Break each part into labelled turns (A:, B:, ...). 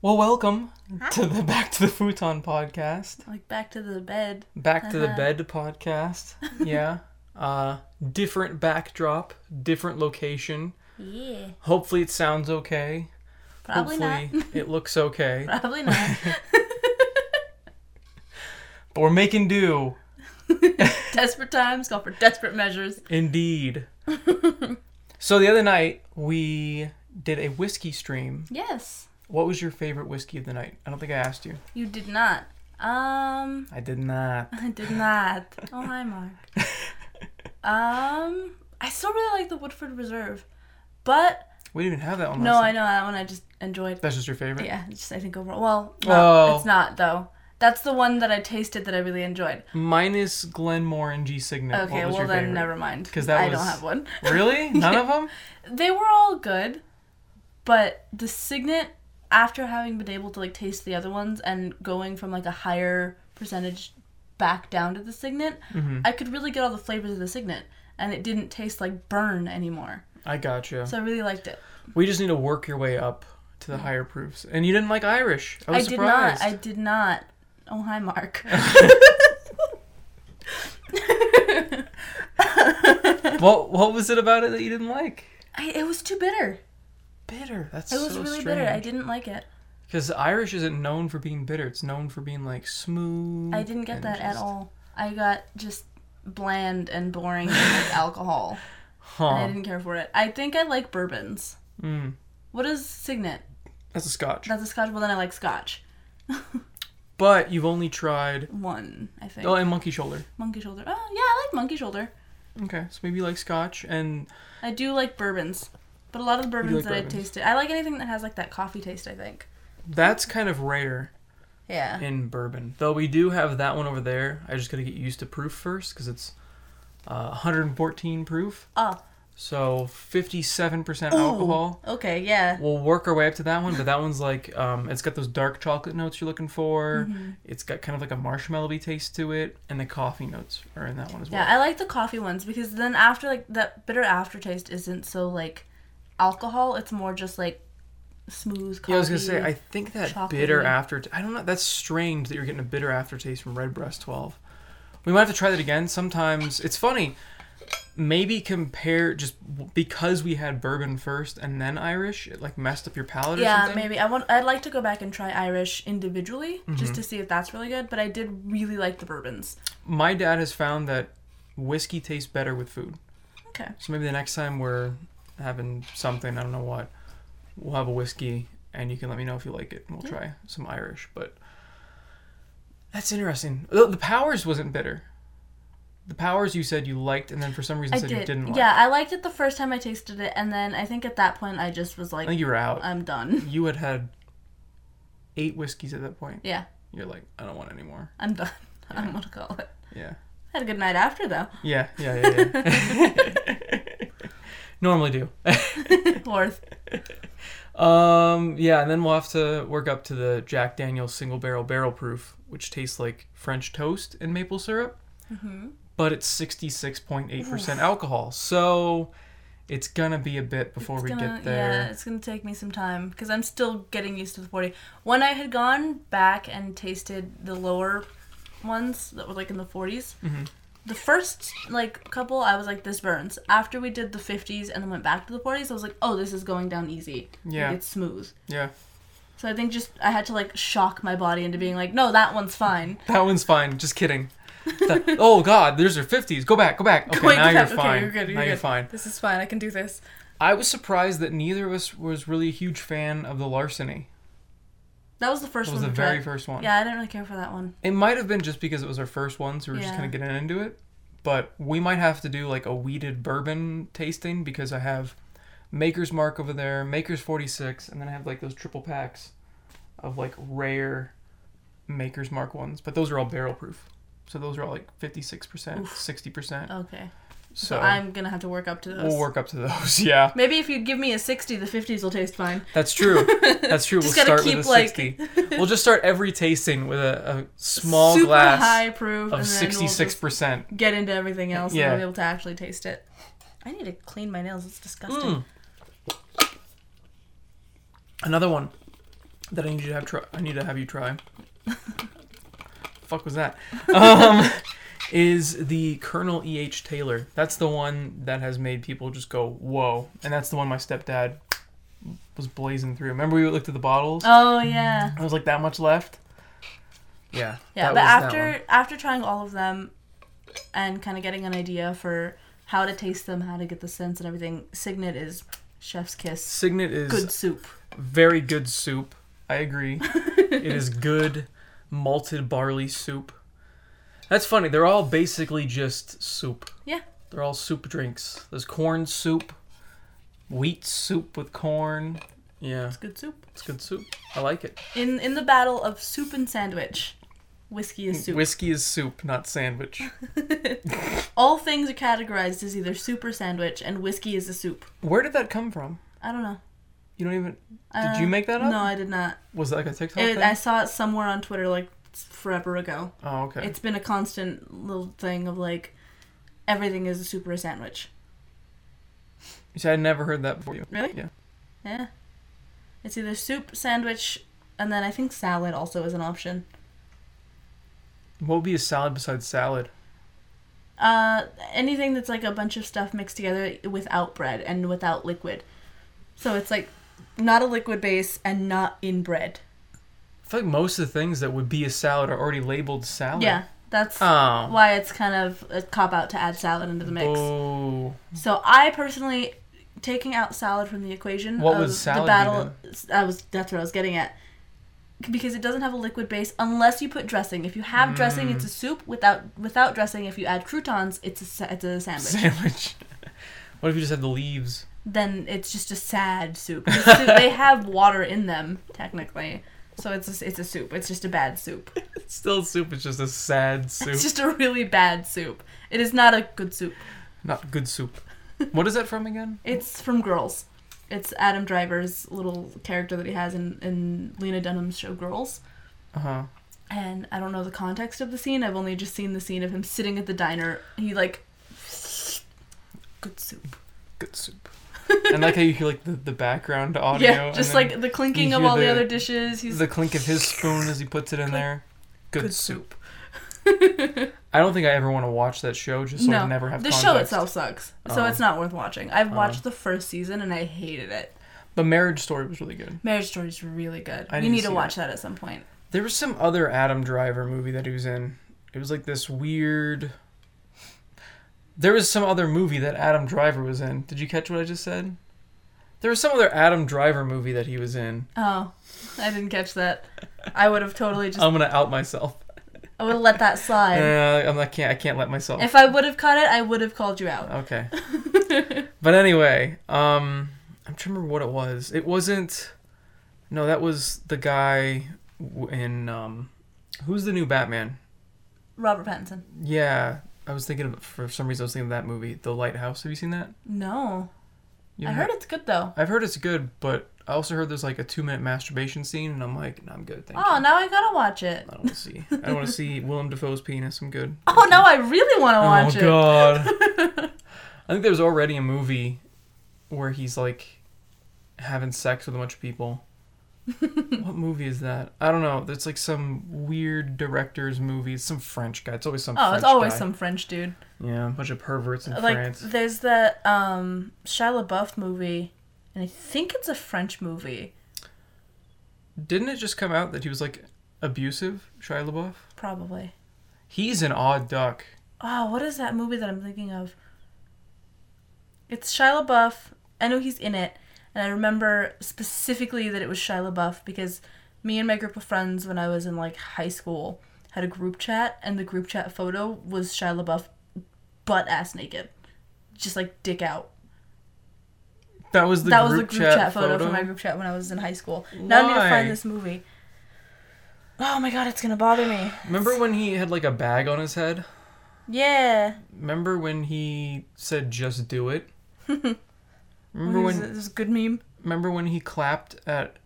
A: Well, welcome to the Back to the Futon podcast.
B: Like back to the bed.
A: Back to the
B: Uh-huh.
A: Bed podcast. Yeah. uh different backdrop, different location.
B: Yeah.
A: Hopefully it sounds okay.
B: Probably
A: Hopefully it looks okay.
B: not. Probably not.
A: But we're making do.
B: desperate times call for desperate measures.
A: Indeed. so the other night we did a whiskey stream.
B: Yes.
A: What was your favorite whiskey of the night? I don't think I asked you.
B: You did not. Um
A: I did not.
B: I did not. Oh hi Mark. Um I still really like the Woodford Reserve. But
A: We didn't even have that one.
B: no,
A: last
B: I
A: night.
B: know that one I just enjoyed.
A: That's just your favorite.
B: Yeah, it's just I think overall well no,
A: Oh.
B: it's not though. That's the one that I tasted that I really enjoyed.
A: Minus Glenmore and G Signet. what
B: Okay,
A: was
B: well
A: your
B: then
A: favorite?
B: never mind.
A: 'Cause that
B: I
A: was-
B: don't have one.
A: Really? None of them?
B: they were all good, but the signet after having been able to like taste the other ones and going from like a higher percentage back down to the signet,
A: Mm-hmm.
B: I could really get all the flavors of the signet and it didn't taste like burn anymore.
A: I gotcha.
B: So I really liked it.
A: we just need to work your way up to the higher proofs. And you didn't like Irish. I
B: I,
A: was
B: did
A: surprised.
B: not. I did not. Oh hi Mark.
A: What What was it about it that you didn't like?
B: I, it was too bitter.
A: Bitter. That's
B: It was
A: so
B: really
A: strange.
B: bitter. I didn't like it.
A: Because Irish isn't known for being bitter. It's known for being like smooth.
B: I didn't get
A: and
B: that at
A: just-
B: all. I got just bland and boring and like alcohol. I
A: Huh.
B: didn't care for it. I think I like bourbons.
A: Mm.
B: What is signet?
A: That's a Scotch.
B: That's a scotch. Well, then I like scotch.
A: But you've only tried.
B: One, I think.
A: Oh, and Monkey Shoulder.
B: Monkey shoulder. Oh, yeah, I like monkey shoulder.
A: Okay, so maybe you like Scotch and
B: I do like bourbons, but a lot of the bourbons
A: like
B: that I've
A: bourbons.
B: tasted, I like anything that has like that coffee taste. I think.
A: that's kind of rare.
B: Yeah.
A: in bourbon. Though we do have that one over there. I just gotta get used to proof first because it's uh, 114 proof.
B: Oh.
A: So 57% alcohol.
B: Okay. Yeah.
A: We'll work our way up to that one, but that one's like um, it's got those dark chocolate notes you're looking for.
B: Mm-hmm.
A: It's got kind of like a marshmallowy taste to it, and the coffee notes are in that one as well.
B: Yeah, I like the coffee ones because then after like that bitter aftertaste isn't so like alcohol. It's more just like smooth coffee.
A: Yeah, I was gonna say, I think that
B: chocolatey.
A: bitter after. I don't know. That's strange that you're getting a bitter aftertaste from Redbreast 12. We might have to try that again. Sometimes it's funny. Maybe compare just because we had bourbon first and then Irish, it like messed up your palate. or
B: yeah,
A: something.
B: maybe I want. I'd like to go back and try Irish individually
A: Mm-hmm.
B: just to see if that's really good. But I did really like the bourbons.
A: My dad has found that whiskey tastes better with food.
B: Okay.
A: So maybe the next time we're having something, I don't know what, we'll have a whiskey and you can let me know if you like it and we'll try some Irish. But that's interesting. The, the Powers wasn't bitter. The Powers you said you liked and then for some reason
B: I
A: said
B: did.
A: you didn't like.
B: yeah, I liked it the first time I tasted it, and then I think at that point I just was
A: I
B: like,
A: think you were out.
B: I'm done.
A: you had had eight whiskeys at that point.
B: Yeah,
A: You're like, I don't want any more.
B: I'm done. I don't want to call it.
A: Yeah.
B: Had a good night after though.
A: Yeah, yeah, yeah, yeah. Normally do.
B: Fourth.
A: Um, yeah, and then we'll have to work up to the Jack Daniel's single barrel barrel proof, which tastes like French toast and maple syrup,
B: Mm-hmm.
A: but it's 66.8% alcohol. So it's gonna be a bit before
B: It's
A: we
B: gonna-
A: get there.
B: Yeah, it's gonna take me some time because I'm still getting used to the forty. When I had gone back and tasted the lower ones that were like in the 40s
A: Mm-hmm.
B: the first like couple I was like, this burns. After we did the fifties and then went back to the forties, I was like, oh, this is going down easy. Like,
A: Yeah.
B: it's smooth.
A: Yeah.
B: So I think just I had to like shock my body into being like, no, that one's fine.
A: That one's fine. Just kidding. That- oh god, there's are 50s. Go back, go back. Okay,
B: Wait,
A: now
B: okay,
A: you're
B: okay,
A: fine.
B: you're good, you're
A: now you're
B: good.
A: fine.
B: This is fine. I can do this.
A: I was surprised that neither of us was really a huge fan of the larceny.
B: That was the first
A: That was
B: one.
A: the
B: we tried.
A: very first one.
B: Yeah, I didn't really care for that one.
A: It might have been just because it was our first one, so we were just
B: Yeah.
A: kind of getting into it. But we might have to do like a weeded bourbon tasting because I have Maker's Mark over there, Maker's 46, and then I have like those triple packs of like rare Maker's Mark ones. But those are all barrel proof. So those are all like 56%, 60%.
B: Okay.
A: so
B: So, Oh, I'm gonna have to work up to those.
A: we'll work up to those. Yeah,
B: Maybe if you give me a sixty, the fifties will taste fine.
A: that's true. That's true.
B: Just
A: we'll
B: gotta
A: start with
B: keep,
A: a
B: like-
A: 60. we'll just start every tasting with a, a small
B: Super
A: glass
B: high proof
A: of
B: and then we'll
A: 66%.
B: just get into everything else
A: Yeah.
B: and we'll be able to actually taste it. I need to clean
A: Mm.
B: my nails. It's disgusting.
A: Another one. that I need you to have try. I need to have you try. Fuck was that? Um, is the Colonel E. H. Taylor? That's the one that has made people just go whoa, and that's the one my stepdad was blazing through. Remember we looked at the bottles?
B: Oh yeah.
A: I was like that much left. Yeah.
B: Yeah,
A: that was
B: but
A: that one.
B: after after trying all of them and kind of getting an idea for how to taste them, how to get the scents and everything, Signet is chef's kiss.
A: Signet is
B: Good soup.
A: very good soup. I agree. it is good malted barley soup. That's funny. They're all basically just soup.
B: Yeah.
A: They're all soup drinks. There's corn soup, wheat soup with corn. Yeah,
B: It's good soup.
A: it's good soup. I like it.
B: In in the battle of soup and sandwich, whiskey is soup.
A: Whiskey is soup, not sandwich.
B: all things are categorized as either soup or sandwich, and whiskey is a soup.
A: Where did that come from?
B: I don't know.
A: You don't even.
B: I
A: Did
B: don't
A: you
B: know.
A: make that up?
B: Uh, No, I did not.
A: Was that like a TikTok
B: It,
A: thing?
B: I saw it somewhere on Twitter like forever ago.
A: oh, okay.
B: It's been a constant little thing of like everything is a soup or a sandwich.
A: You see, I never heard that before. You.
B: Really?
A: Yeah.
B: Yeah. It's either soup, sandwich, and then I think salad also is an option.
A: What would be a salad besides salad?
B: Uh, anything that's like a bunch of stuff mixed together without bread and without liquid. So it's like not a liquid base and not in bread.
A: I feel like most of the things that would be a salad are already labeled salad.
B: Yeah, that's
A: Oh.
B: why it's kind of a cop out to add salad into the mix.
A: Oh,
B: So I personally taking out salad from the equation.
A: What
B: of
A: would salad
B: The
A: be
B: battle. I was that's what I was getting at. Because it doesn't have a liquid base unless you put dressing. If you have dressing, it's a
A: Mm.
B: soup. Without without dressing, if you add croutons, it's a sa- it's a sandwich.
A: sandwich. what if you just had the leaves?
B: Then it's just a sad soup. It's soup- they have water in them technically, so it's a, s- it's a soup. It's just a bad soup.
A: It's still soup. It's just a sad soup.
B: It's just a really bad soup. It is not a good soup.
A: Not good soup. What is that from again?
B: It's from Girls. It's Adam Driver's little character that he has in, in Lena Dunham's show Girls.
A: Uh huh.
B: And I don't know the context of the scene. I've only just seen the scene of him sitting at the diner. He like good soup.
A: Good soup. and like how you hear like the, the background audio.
B: yeah,
A: and
B: just
A: then
B: like the clinking of
A: hear
B: all the,
A: the-
B: other dishes. He's
A: the clink of his spoon as he puts it in there. Good,
B: Good
A: soup. I don't think I ever want to watch that show just so I
B: no.
A: never have
B: the
A: context.
B: show itself sucks, so
A: Oh.
B: it's not worth watching. I've watched the first season and I hated it.
A: The marriage story was really good.
B: Marriage Story is really good.
A: I
B: you
A: need
B: need,
A: to
B: to,
A: see
B: watch that. at some point.
A: There was some other Adam Driver movie that he was in. It was like this weird. There was some other movie that Adam Driver was in. Did you catch what I just said? There was some other Adam Driver movie that he was in.
B: Oh, I didn't catch that. I would have totally just.
A: I'm gonna out myself.
B: I would have let that
A: Uh,
B: slide.
A: I'm not can't I can't let myself.
B: If I would have caught it, I would have called you out.
A: Okay. but anyway, um, I'm trying to remember what it was. It wasn't. No, that was the guy w- in um, who's the new Batman?
B: Robert Pattinson.
A: Yeah, I was thinking of for some reason I was thinking of that movie, The Lighthouse. Have you seen that?
B: No.
A: You
B: I
A: haven't-
B: heard it's good though.
A: I've heard it's good, but I also heard there's like a two minute masturbation scene, and I'm like, no, I'm good, thank
B: Oh,
A: you.
B: now I gotta watch it.
A: I don't want to see. I don't want to see Willem Dafoe's penis. I'm good.
B: Oh, now I really want to watch
A: oh
B: it.
A: god. I think there's already a movie where he's like having sex with a bunch of people. what movie is that? I don't know. It's like some weird director's movie. It's some French guy. It's always some.
B: Oh,
A: French
B: it's always
A: guy.
B: some French dude.
A: Yeah, a bunch of perverts in
B: like
A: France.
B: there's that um Shia LaBeouf movie, and I think it's a French movie,
A: Didn't it just come out that he was like abusive, Shia LaBeouf?
B: probably.
A: He's an odd duck.
B: Oh, what is that movie that I'm thinking of? It's Shia LaBeouf. I know he's in it, and I remember specifically that it was Shia LaBeouf because me and my group of friends when I was in like high school had a group chat, and the group chat photo was Shia LaBeouf butt ass naked, just like dick out.
A: That was the
B: that was
A: group
B: the group chat, photo, from my group chat when I was in high school. Now I need to
A: Why?
B: find this movie. Oh my god, it's gonna bother me.
A: Remember when he had like a bag on his head?
B: Yeah.
A: Remember when he said just do it? remember
B: What is
A: when
B: it? This is a good meme.
A: remember when he clapped at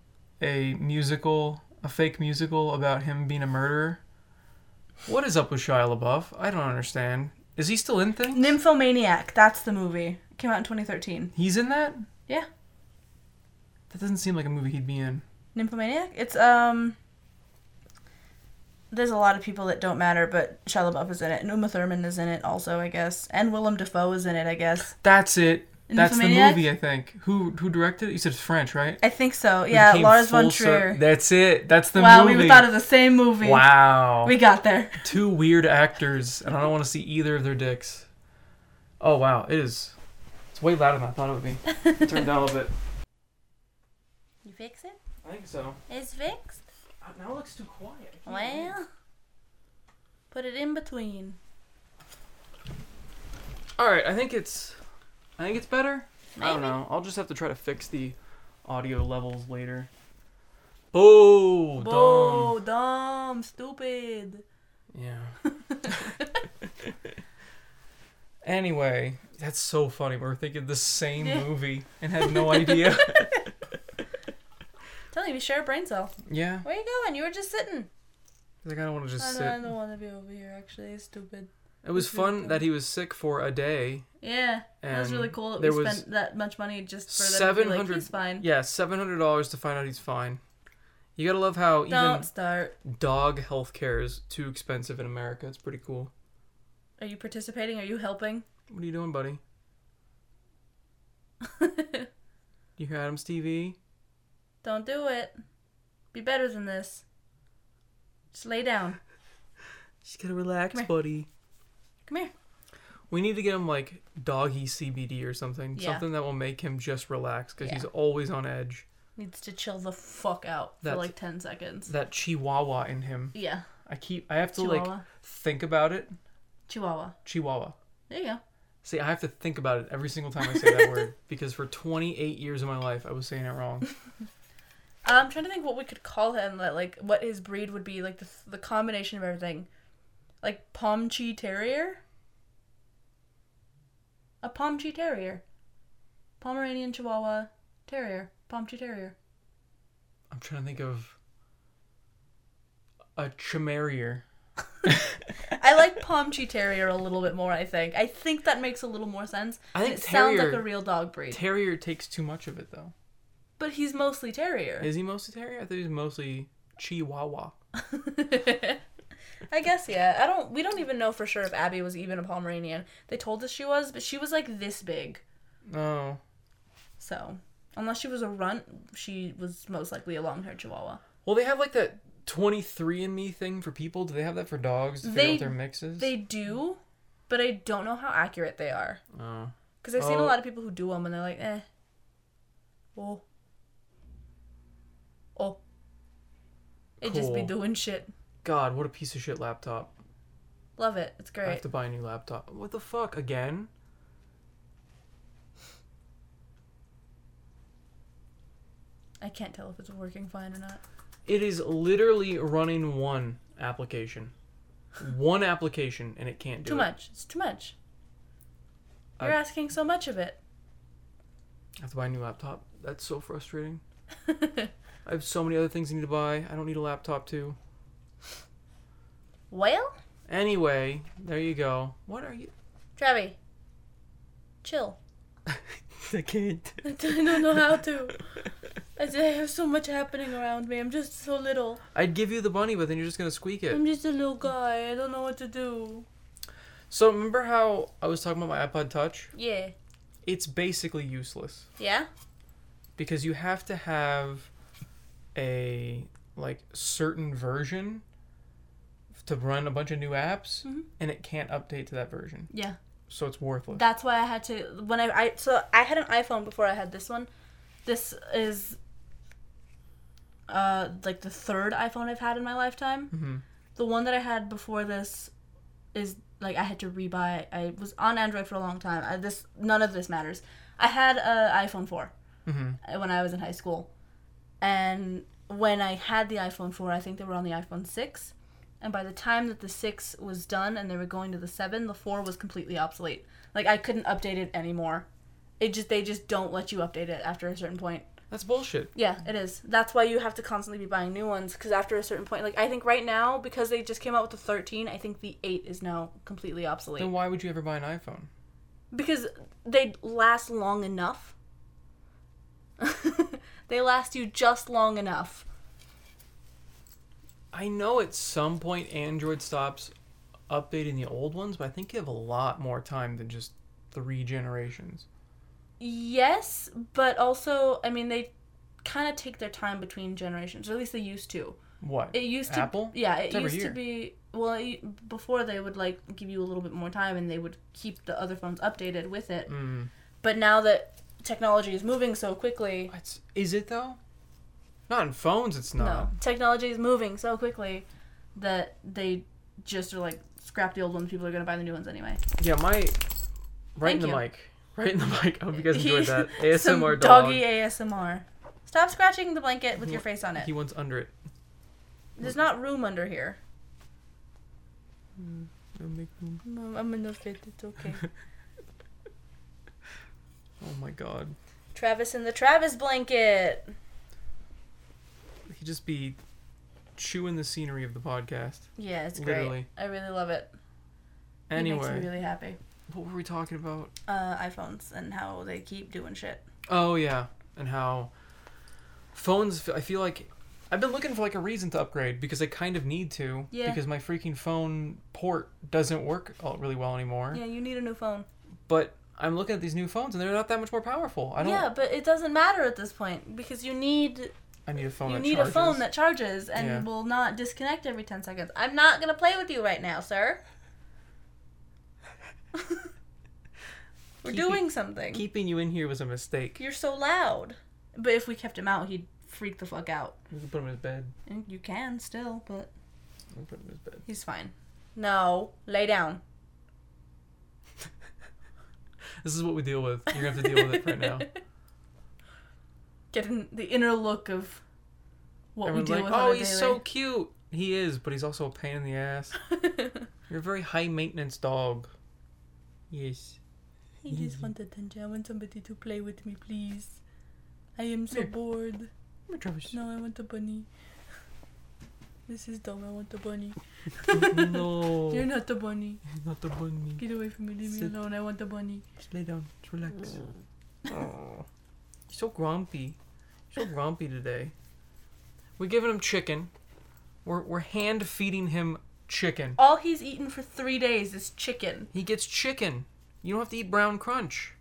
A: a musical, a fake musical about him being a murderer? What is up with Shia LaBeouf? I don't understand. Is he still in things?
B: Nymphomaniac. That's the movie. Came out in 2013.
A: He's in that?
B: Yeah.
A: That doesn't seem like a movie he'd be in.
B: Nymphomaniac. It's um. There's a lot of people that don't matter, but Shia LaBeouf is in it, and Uma Thurman is in it also, I guess, and Willem Dafoe is in it, I guess.
A: That's it. That's the
B: Nymphomaniac?
A: movie, I think. Who who directed it? You said it's French, right?
B: I think so.
A: We
B: Yeah,
A: came
B: Lars von
A: full cir-
B: Trier.
A: That's it. That's the
B: wow,
A: movie.
B: we thought of the same movie.
A: wow.
B: We got there.
A: Two weird actors, and I don't want to see either of their dicks. Oh wow, it is. It's way louder than I thought it would be. Turn it down a little bit.
B: You fix it?
A: I think so.
B: It's fixed.
A: Uh, Now it looks too quiet. I can't read.
B: Well, put it in between.
A: All right, I think it's, I think it's better. I don't
B: Maybe.
A: know. I'll just have to try to fix the audio levels later. Oh,
B: Whoa, dumb, stupid.
A: dumb. Yeah. anyway, that's so funny. We're thinking the same
B: Yeah.
A: movie and had no idea.
B: Tell you, we share a brain cell.
A: yeah,
B: Where you going? You were just sitting.
A: 'cause I kind of want to
B: I
A: just
B: don't, I
A: sit.
B: don't want to be over here, actually. It's stupid.
A: It was
B: It's really
A: fun
B: dumb.
A: that he was sick for a day.
B: Yeah, that was
A: And
B: really cool that
A: there
B: we
A: was
B: spent that much money just for them to be like,
A: 700
B: he's fine.
A: Yeah, seven hundred dollars to find out he's fine. You gotta love how
B: Don't
A: even
B: start.
A: dog healthcare is too expensive in America. It's pretty cool.
B: Are you participating? Are you helping?
A: What are you doing, buddy? You hear Adam's TV?
B: Don't do it. Be better than this. Just lay down.
A: She's gotta relax,
B: Come here.
A: buddy.
B: Come here.
A: We need to get him like doggy CBD or something.
B: Yeah.
A: Something that will make him just relax because he's
B: Yeah.
A: always on edge.
B: Needs to chill the fuck out for
A: That's-
B: like 10 seconds.
A: That chihuahua in him.
B: Yeah.
A: I keep, I have to like
B: Chihuahua.
A: think about it.
B: Chihuahua.
A: Chihuahua.
B: There you go.
A: See, I have to think about it every single time I say that word because for 28 years of my life, I was saying it wrong.
B: I'm trying to think what we could call him. That like what his breed would be, like the the combination of everything, like Pomchi Terrier. A Pomchi Terrier, Pomeranian Chihuahua Terrier, Pomchi Terrier.
A: I'm trying to think of a chimerier.
B: I like Pomchi Terrier a little bit more. I think. I think that makes a little more sense.
A: I think
B: and it sounds like
A: terrier-
B: a real dog breed,
A: Terrier takes too much of it though.
B: but he's mostly Terrier.
A: Is he mostly terrier? I thought he was mostly chihuahua.
B: I guess yeah. I don't. We don't even know for sure if Abby was even a Pomeranian. They told us she was, but she was like this big. Oh.
A: No.
B: So, unless she was a runt, she was most likely a long-haired Chihuahua.
A: Well, they have like that 23 and me thing for people. Do they have that for dogs to figure out
B: They-
A: what their mix is?
B: They do, but I don't know how accurate they are.
A: oh.
B: Because I've seen a
A: Oh.
B: lot of people who do them, and they're like, eh. Oh. Oh. It just be
A: Cool.
B: doing shit.
A: God, what a piece of shit laptop.
B: Love it. It's
A: I
B: great.
A: have to buy a new laptop. What the fuck? Again?
B: I can't tell if it's working fine or not.
A: It is literally running one application. One application, and it can't do
B: too
A: it.
B: much. It's too much. You're
A: I-
B: asking so much of it.
A: I have to buy a new laptop. That's so frustrating. I have so many other things I need to buy. I don't need a laptop too.
B: well,
A: Anyway, there you go. What are you?
B: Travi, chill.
A: I can't.
B: I don't know how to. I say I have so much happening around me. I'm just so little.
A: I'd give you the bunny, but then you're just gonna squeak it.
B: I'm just a little guy. I don't know what to do.
A: So remember how I was talking about my iPod Touch?
B: Yeah.
A: It's basically useless
B: Yeah?
A: because you have to have a like certain version to run a bunch of new apps
B: Mhm.
A: and it can't update to that version.
B: Yeah.
A: So it's worthless.
B: That's why I had to when I, I so I had an iPhone before I had this one. This is uh like the third iPhone I've had in my lifetime.
A: Mhm.
B: The one that I had before this is like I had to rebuy. I was on Android for a long time. I, this none of this matters. I had a iPhone 4
A: Mhm.
B: uh, when I was in high school, and when I had the iPhone 4, I think they were on the iPhone 6. And by the time that the 6 was done and they were going to the 7, the 4 was completely obsolete. Like I couldn't update it anymore. It just they just don't let you update it after a certain point.
A: That's bullshit.
B: Yeah, it is. That's why you have to constantly be buying new ones because after a certain point, like I think right now because they just came out with the 13, I think the 8 is now completely obsolete.
A: Then why would you ever buy an iPhone?
B: because they last long enough They last you just long enough.
A: I know at some point Android stops updating the old ones, but I think you have a lot more time than just three generations.
B: Yes, but also, I mean, they kind of take their time between generations, or at least they used to.
A: What?
B: It used to
A: Apple?
B: Yeah, it
A: It's every
B: used to
A: year.
B: be well it- before they would like give you a little bit more time and they would keep the other phones updated with it.
A: Mm.
B: But now that technology is moving so quickly,
A: It's, is it though? Not in phones, it's
B: no.
A: not.
B: technology is moving so quickly that they just are like scrap the old ones. People are gonna buy the new ones anyway.
A: Yeah, my right in
B: Thank
A: the
B: you.
A: mic. Right in the mic. I hope you guys enjoyed that.
B: Some
A: ASMR dog.
B: doggy ASMR. Stop scratching the blanket with your face on it.
A: He wants under it.
B: There's not room under here.
A: It'll make him-
B: I'm I'm in the fit. It's okay.
A: Oh my god.
B: Travis in the Travis blanket.
A: He'd just be chewing the scenery of the podcast.
B: Yeah, it's great.
A: Literally.
B: I really love it. It makes
A: Anyway,
B: me really happy.
A: what were we talking about?
B: Uh, iPhones and how they keep doing shit.
A: Oh yeah, and how phones. I feel like I've been looking for like a reason to upgrade because I kind of need to.
B: Yeah.
A: Because my freaking phone port doesn't work all- really well anymore.
B: Yeah, you need a new phone.
A: But I'm looking at these new phones and they're not that much more powerful. I don't.
B: Yeah, but it doesn't matter at this point because you need
A: I need a phone.
B: you
A: that
B: need a
A: charges.
B: phone that charges and
A: Yeah.
B: will not disconnect every ten seconds. I'm not gonna play with you right now, sir. We're
A: Keep it-
B: doing something.
A: Keeping you in here was a mistake.
B: You're so loud. But if we kept him out, he'd freak the fuck out.
A: We can put him in his bed.
B: And you can still, but
A: We can put him in his bed.
B: he's fine. No, lay down.
A: This is what we deal with. You're gonna have to deal with it right now.
B: Getting the inner look of what
A: Everyone's
B: we deal
A: like,
B: with.
A: oh,
B: on a
A: he's so
B: daily.
A: cute. He is, but he's also a pain in the ass. You're a very high maintenance dog. Yes.
B: he just wants attention. I want somebody to play with me, please. I am so
A: Here.
B: bored.
A: Come here, Travis.
B: No, I want a bunny. This is dumb. I want a bunny.
A: no.
B: You're not a bunny.
A: Not the bunny.
B: Get away from me. Leave me
A: Sit.
B: alone. I want a bunny.
A: Just lay down. Just relax. Oh. He's so grumpy. He's so grumpy today. We're giving him chicken. We're, we're hand feeding him chicken.
B: All he's eaten for three days is chicken.
A: He gets chicken. You don't have to eat brown crunch.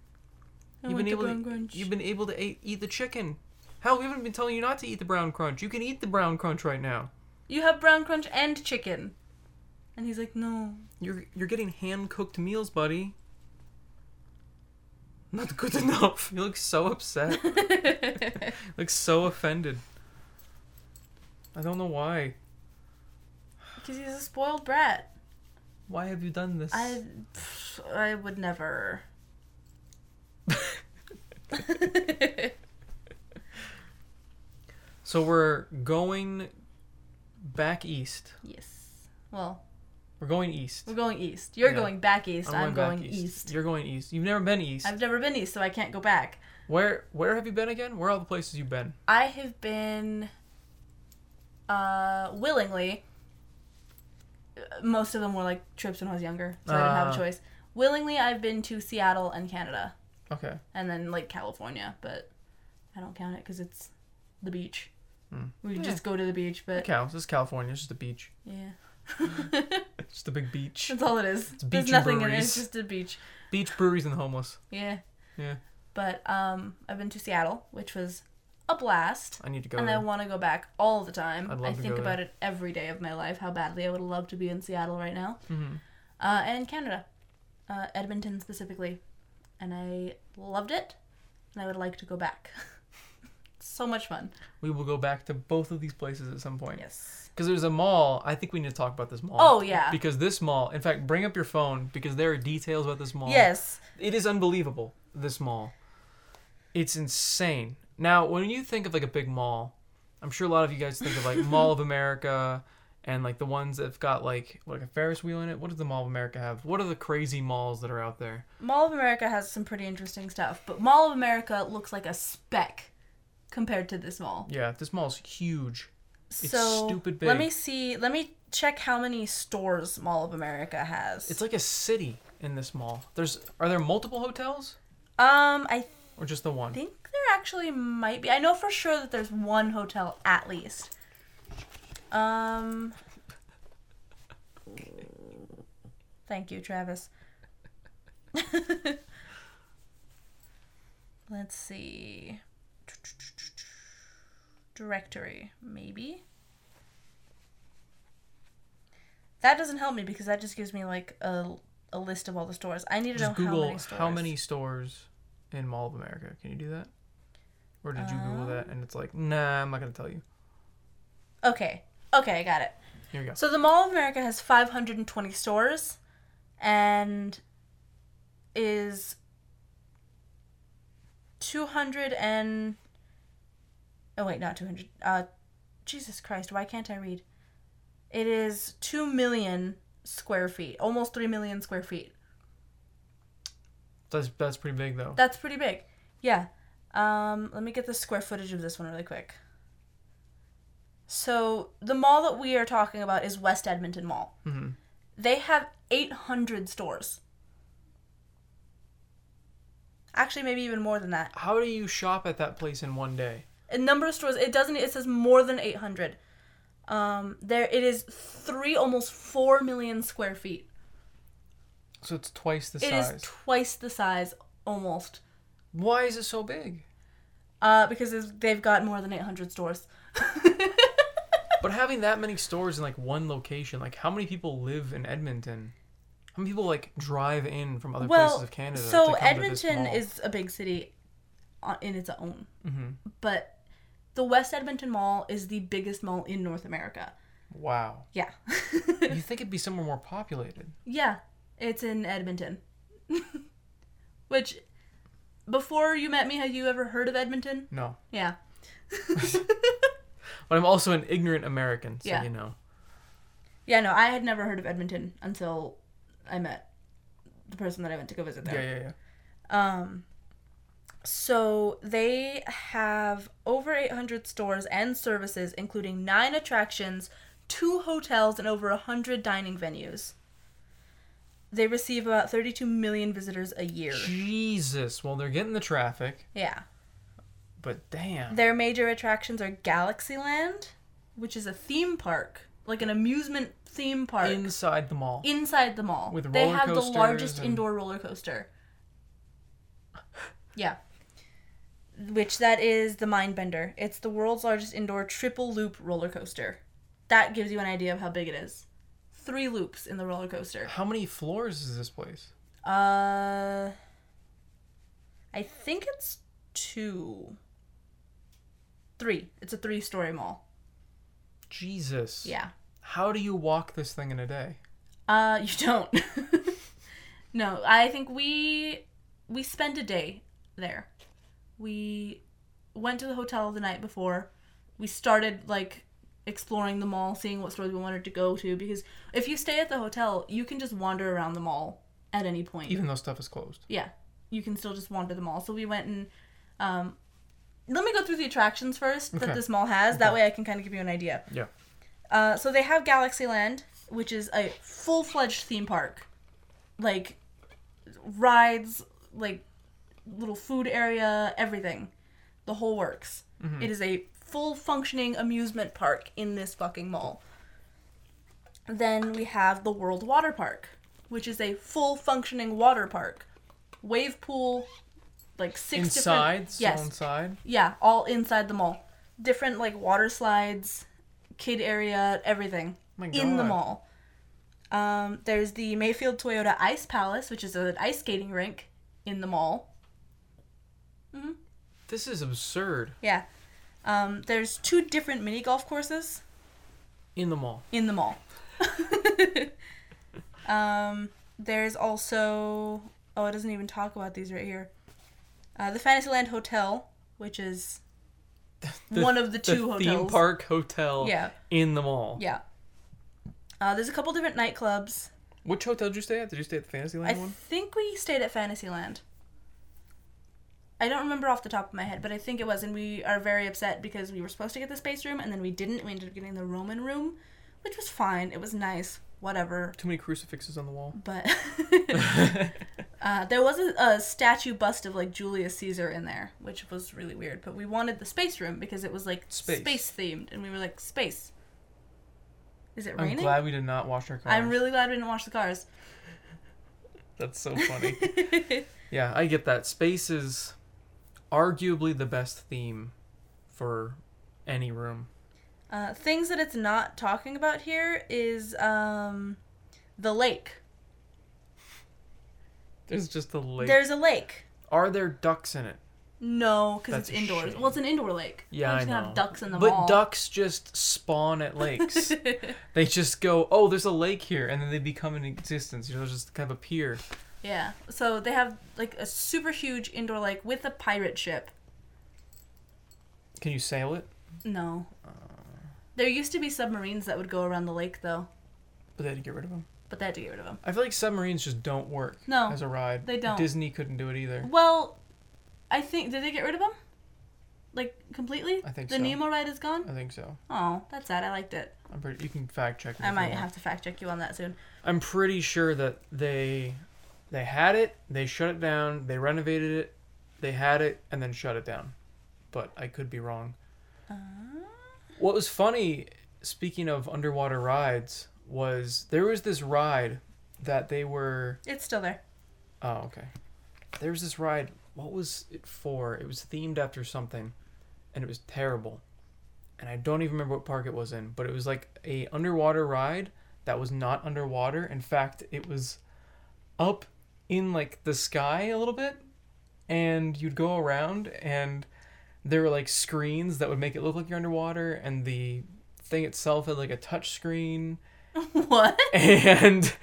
B: I
A: You've
B: want
A: been,
B: a
A: able to,
B: brown crunch.
A: you've been able to e-, eat, eat the chicken. Hell, we haven't been telling you not to eat the brown crunch. You can eat the brown crunch right now.
B: You have brown crunch and chicken. And he's like, no.
A: You're you're getting hand cooked meals, buddy. Not good enough. You look so upset. You look so offended. I don't know why.
B: Because he's a spoiled brat.
A: Why have you done this?
B: I, pff, I would never.
A: So we're going back east.
B: yes. Well,
A: We're going east.
B: we're going east. You're
A: Yeah.
B: going back east. I'm, going,
A: back
B: east.
A: You're going east. You've never been east.
B: I've never been east, so I can't go back.
A: Where where have you been again? Where are all the places you've been?
B: I have been, uh, willingly. Most of them were like trips when I was younger, so I didn't have
A: Ah.
B: a choice. Willingly, I've been to Seattle and Canada.
A: Okay.
B: and then like California, but I don't count it because it's the beach.
A: Mm.
B: We
A: Yeah.
B: just go to the beach,
A: It
B: but
A: counts. This is California. It's just a beach.
B: yeah,
A: It's just a big beach.
B: that's all it is.
A: Hmm. beach
B: There's
A: and
B: nothing in it.
A: breweries.
B: It's just a beach.
A: Beach breweries and the homeless.
B: Yeah.
A: Yeah.
B: But um, I've been to Seattle, which was a blast,
A: I need to go
B: and I
A: there.
B: want to go back all the time.
A: I'd love
B: I
A: to
B: think
A: go
B: about it every day of my life. How badly I would love to be in Seattle right now.
A: Mhm.
B: Uh, and Canada, uh, Edmonton specifically, and I loved it, and I would like to go back. so much fun.
A: We will go back to both of these places at some point.
B: Yes.
A: Because there's a mall. I think we need to talk about this mall.
B: Oh, yeah.
A: Because this mall, in fact, bring up your phone because there are details about this mall.
B: Yes.
A: It is unbelievable, this mall. It's insane. Now, when you think of like a big mall, I'm sure a lot of you guys think of like Mall of America and like the ones that've got like like a Ferris wheel in it. What does the Mall of America have? What are the crazy malls that are out there?
B: Mall of America has some pretty interesting stuff, but Mall of America looks like a speck compared to this mall.
A: Yeah, this mall's huge. It's
B: so
A: stupid
B: let
A: big.
B: me see. Let me check how many stores Mall of America has.
A: It's like a city in this mall. There's are there multiple hotels
B: um, I
A: or just the one?
B: think there actually might be. I know for sure that there's one hotel at least. Um. Thank you, Travis. Let's see. Directory, maybe. That doesn't help me because that just gives me like a, a list of all the stores. I need to
A: Just
B: know
A: Google
B: how many stores.
A: stores in Mall of America. Can you do that? Or did you Google
B: Um,
A: that and it's like, nah, I'm not gonna tell you.
B: Okay. Okay, I got it.
A: Here you go.
B: So the Mall of America has 520 stores and is 200 and Oh wait, not 200. Uh Jesus Christ, why can't I read? It is 2 million square feet, almost 3 million square feet.
A: That's that's pretty big though.
B: That's pretty big. Yeah. Um, let me get the square footage of this one really quick. So the mall that we are talking about is West Edmonton Mall.
A: Mhm.
B: They have 800 stores. Actually, maybe even more than that.
A: How do you shop at that place in one day?
B: A number of stores. It doesn't. It says more than 800. Um, there. It is three, almost four million square feet.
A: So it's twice the
B: It is
A: size.
B: twice the size, almost.
A: Why is it so big?
B: Uh, because it's- they've got more than 800 stores.
A: But having that many stores in like one location, like how many people live in Edmonton? How many people like drive in from other places of Canada? to
B: So
A: come to this
B: Edmonton
A: mall? Mm-hmm.
B: is a big city on- in its own, but the West Edmonton Mall is the biggest mall in North America.
A: Wow.
B: Yeah,
A: You think it'd be somewhere more populated?
B: yeah, it's in Edmonton. Which, before you met me, had you ever heard of Edmonton?
A: No.
B: Yeah,
A: But I'm also an ignorant American, so
B: Yeah.
A: you know.
B: yeah, no, I had never heard of Edmonton until I met the person that I went to go visit there.
A: Yeah, yeah, yeah.
B: Um, so they have over 800 stores and services, including nine attractions, two hotels, and over 100 dining venues. They receive about 32 million visitors a year.
A: Jesus. Well, they're getting the traffic,
B: Yeah.
A: but damn.
B: Their major attractions are Galaxyland, which is a theme park, like an amusement theme park
A: Inside the mall.
B: inside the mall.
A: With
B: they
A: roller
B: have the largest
A: coasters and-
B: indoor roller coaster. Yeah. Which that is the Mindbender. It's the world's largest indoor triple loop roller coaster. That gives you an idea of how big it is. Three loops in the roller coaster.
A: How many floors is this place?
B: Uh I think it's two. Three. It's a three story mall.
A: Jesus.
B: Yeah.
A: How do you walk this thing in a day?
B: Uh, you don't. no, I think we we spent a day there. We went to the hotel the night before. We started like exploring the mall, seeing what stores we wanted to go to because if you stay at the hotel, you can just wander around the mall at any point.
A: Even though stuff is closed.
B: yeah, you can still just wander the mall. So we went and um let me go through the attractions first
A: Okay.
B: that this mall has. That way I can kind of give you an idea.
A: Yeah.
B: Uh, so they have Galaxyland, which is a full fledged theme park, like rides, like little food area, everything, the whole works.
A: Mm-hmm.
B: It is a full functioning amusement park in this fucking mall. Then we have the World Water Park, which is a full functioning water park, wave pool, like six
A: Inside,
B: different
A: so inside.
B: yeah, all inside the mall. Different like water slides, kid area, everything
A: Oh My
B: in the
A: God.
B: mall. Um, there's the Mayfield Toyota Ice Palace, which is an ice skating rink in the mall.
A: This is absurd.
B: Yeah. Um, there's two different mini golf courses
A: In the mall.
B: in the mall. um, there's also oh, it doesn't even talk about these right here. Uh, the Fantasyland Hotel, which is
A: The-
B: one of the two
A: the theme
B: hotels.
A: park hotel
B: Yeah.
A: in the mall.
B: Yeah. Uh, there's a couple different nightclubs.
A: Which hotel did you stay at? Did you stay at the
B: I
A: Fantasyland one?
B: think we stayed at Fantasyland. I don't remember off the top of my head, but I think it was, and we are very upset because we were supposed to get the space room and then we didn't. We ended up getting the Roman room, which was fine. It was nice, whatever.
A: Too many crucifixes on the wall.
B: But Uh, there was a, a statue bust of like Julius Caesar in there, which was really weird. But we wanted the space room because it was like
A: Space.
B: space, themed, and we were like, space. Is it
A: I'm
B: raining?
A: glad we did not wash our cars.
B: I'm really glad we didn't wash the cars.
A: That's so funny. yeah, I get that. Space is arguably the best theme for any room.
B: Uh, things that it's not talking about here is um, the lake.
A: There's just a lake.
B: There's a lake.
A: Are there ducks in it?
B: No, because
A: That's
B: it's
A: a
B: indoors.
A: shame.
B: Well, it's an indoor lake.
A: Yeah,
B: We're
A: I
B: just
A: know.
B: gonna have ducks in the
A: but
B: mall.
A: ducks just spawn at lakes. they just go, oh, there's a lake here, and then they become in existence. You know, just kind of appear.
B: yeah. So they have like a super huge indoor lake with a pirate ship.
A: Can you sail it?
B: No. There used to be submarines that would go around the lake though,
A: But they had to get rid of them.
B: but they had to get rid of them.
A: I feel like submarines just don't work
B: No,
A: as a ride.
B: they don't.
A: Disney couldn't do it either.
B: Well, I think did they get rid of them? Like completely?
A: I think
B: the
A: so.
B: Nemo ride is gone.
A: I think so.
B: Oh, that's sad. I liked it.
A: I'm pretty. You can fact check. me
B: I
A: if you
B: might
A: want.
B: have to fact check you on that soon.
A: I'm pretty sure that they they had it, they shut it down, they renovated it, they had it, and then shut it down. But I could be wrong. What was funny, speaking of underwater rides, was there was this ride that they were
B: It's still there.
A: oh okay. There was this ride. What was it for? It was themed after something, and it was terrible. And I don't even remember what park it was in, but it was like a underwater ride that was not underwater. In fact, it was up in like the sky a little bit, and you'd go around, and there were like screens that would make it look like you're underwater, and the thing itself had like a touch screen
B: what?
A: and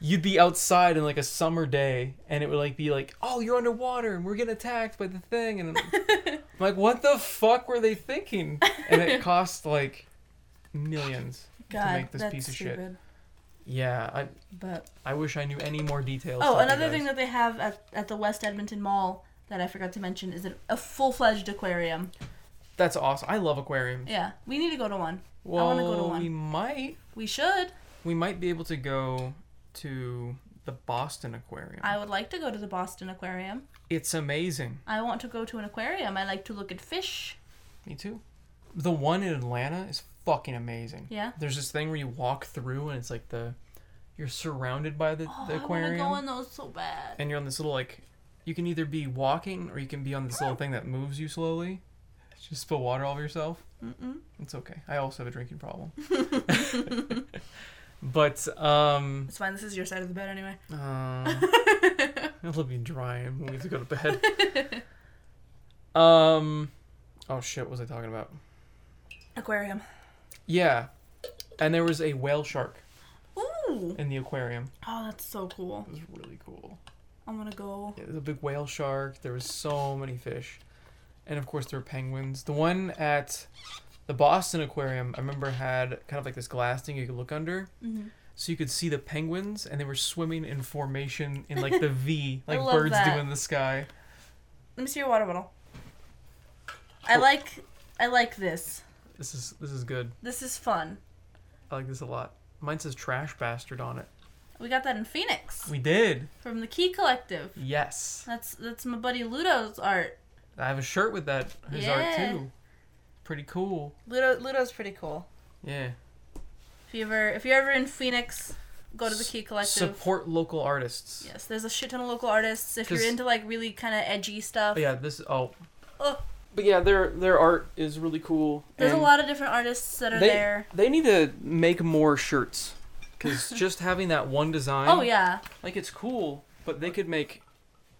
A: you'd be outside in like a summer day and it would like be like oh you're underwater and we're getting attacked by the thing and i'm like what the fuck were they thinking and it cost like millions
B: God,
A: to make this
B: that's
A: piece of
B: stupid.
A: shit yeah i
B: But
A: i wish i knew any more details
B: Oh,
A: about
B: another
A: you
B: thing
A: guys.
B: that they have at, at the West Edmonton Mall that I forgot to mention is an, a full fledged aquarium.
A: that's awesome i love aquariums
B: Yeah, we need to go to one.
A: well
B: wanna go to
A: we
B: one.
A: might
B: We should.
A: we might be able to go to the boston aquarium
B: I would like to go to the Boston Aquarium.
A: it's amazing
B: I want to go to an aquarium. I like to look at fish.
A: Me too. The one in Atlanta is fucking amazing.
B: Yeah.
A: There's this thing where you walk through and it's like the you're surrounded by the,
B: Oh,
A: the
B: I
A: aquarium
B: want to go in those so bad.
A: and you're on this little like you can either be walking or you can be on this little thing that moves you slowly. Just spill water all over yourself.
B: Mm-mm.
A: It's okay. I also have a drinking problem. but um
B: It's fine. This is your side of the bed anyway.
A: uh, it'll be dry and we have to go to bed. um oh shit, what was I talking about?
B: Aquarium.
A: Yeah. And there was a whale shark
B: Ooh.
A: in the aquarium.
B: Oh, that's so cool.
A: It was really cool.
B: I'm gonna go.
A: Yeah, there was a big whale shark. There was so many fish. And of course there were penguins. The one at the Boston Aquarium, I remember had kind of like this glass thing you could look under.
B: Mhm.
A: So you could see the penguins and they were swimming in formation in like the V,
B: I
A: like
B: love
A: birds
B: that.
A: do in the sky.
B: Let me see your water bottle. I like. I like this.
A: This is this is good.
B: This is fun.
A: I like this a lot. Mine says trash bastard on it.
B: We got that in Phoenix.
A: We did.
B: from the Key Collective.
A: Yes.
B: That's that's my buddy Ludo's art.
A: I have a shirt with that his
B: Yeah.
A: art too. Pretty cool.
B: Ludo Ludo's pretty cool.
A: Yeah.
B: If you ever if you're ever in Phoenix, go to the Key Collective.
A: Support local artists.
B: yes, there's a shit ton of local artists. If you're
A: 'Cause-
B: into like really kind of edgy stuff,
A: But yeah, this oh.
B: Oh.
A: But yeah, their their art is really cool.
B: there's
A: and
B: a lot of different artists that are
A: they,
B: there.
A: They need to make more shirts cuz just having that one design
B: Oh yeah,
A: like it's cool, but they could make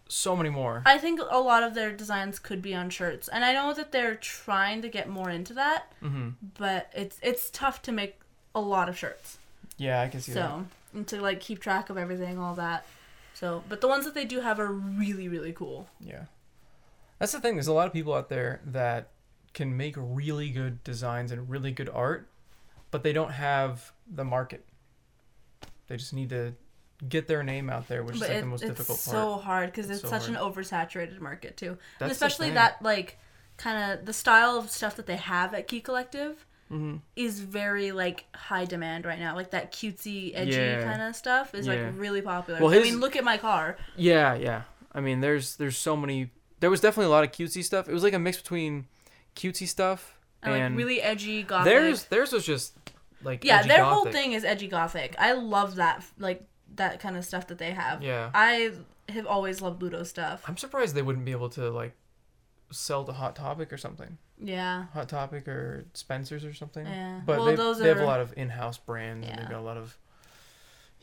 A: so many more.
B: I think a lot of their designs could be on shirts, and I know that they're trying to get more into that,
A: Mhm.
B: but it's it's tough to make a lot of shirts.
A: Yeah, I can see that.
B: So and to like keep track of everything, all that. So, but the ones that they do have are really really cool.
A: Yeah. That's the thing. There's a lot of people out there that can make really good designs and really good art, but they don't have the market. They just need to get their name out there, which is like
B: it-
A: the most
B: it's
A: difficult part.
B: so hard because it's,
A: so
B: such an oversaturated market too,
A: That's the
B: and especially
A: thing.
B: that like kind of the style of stuff that they have at Key Collective
A: Mm-hmm.
B: is very like high demand right now. Like that cutesy, edgy
A: Yeah.
B: kind of stuff is
A: Yeah.
B: like really popular.
A: Well,
B: I
A: his-
B: mean, look at my car.
A: Yeah, yeah. I mean, there's there's so many. There was definitely a lot of cutesy stuff. It was like a mix between cutesy stuff
B: And,
A: and,
B: like really edgy gothic.
A: theirs theirs was just like
B: yeah,
A: edgy
B: their
A: gothic.
B: whole thing is edgy gothic. I love that like that kind of stuff that they have.
A: Yeah,
B: I have always loved Ludo stuff.
A: I'm surprised they wouldn't be able to like sell to Hot Topic or something.
B: Yeah.
A: Hot Topic or Spencer's or something.
B: Yeah.
A: But
B: Eh, Well,
A: they,
B: those
A: they have a
B: are-
A: lot of in-house brands and they've
B: Yeah.
A: got a lot of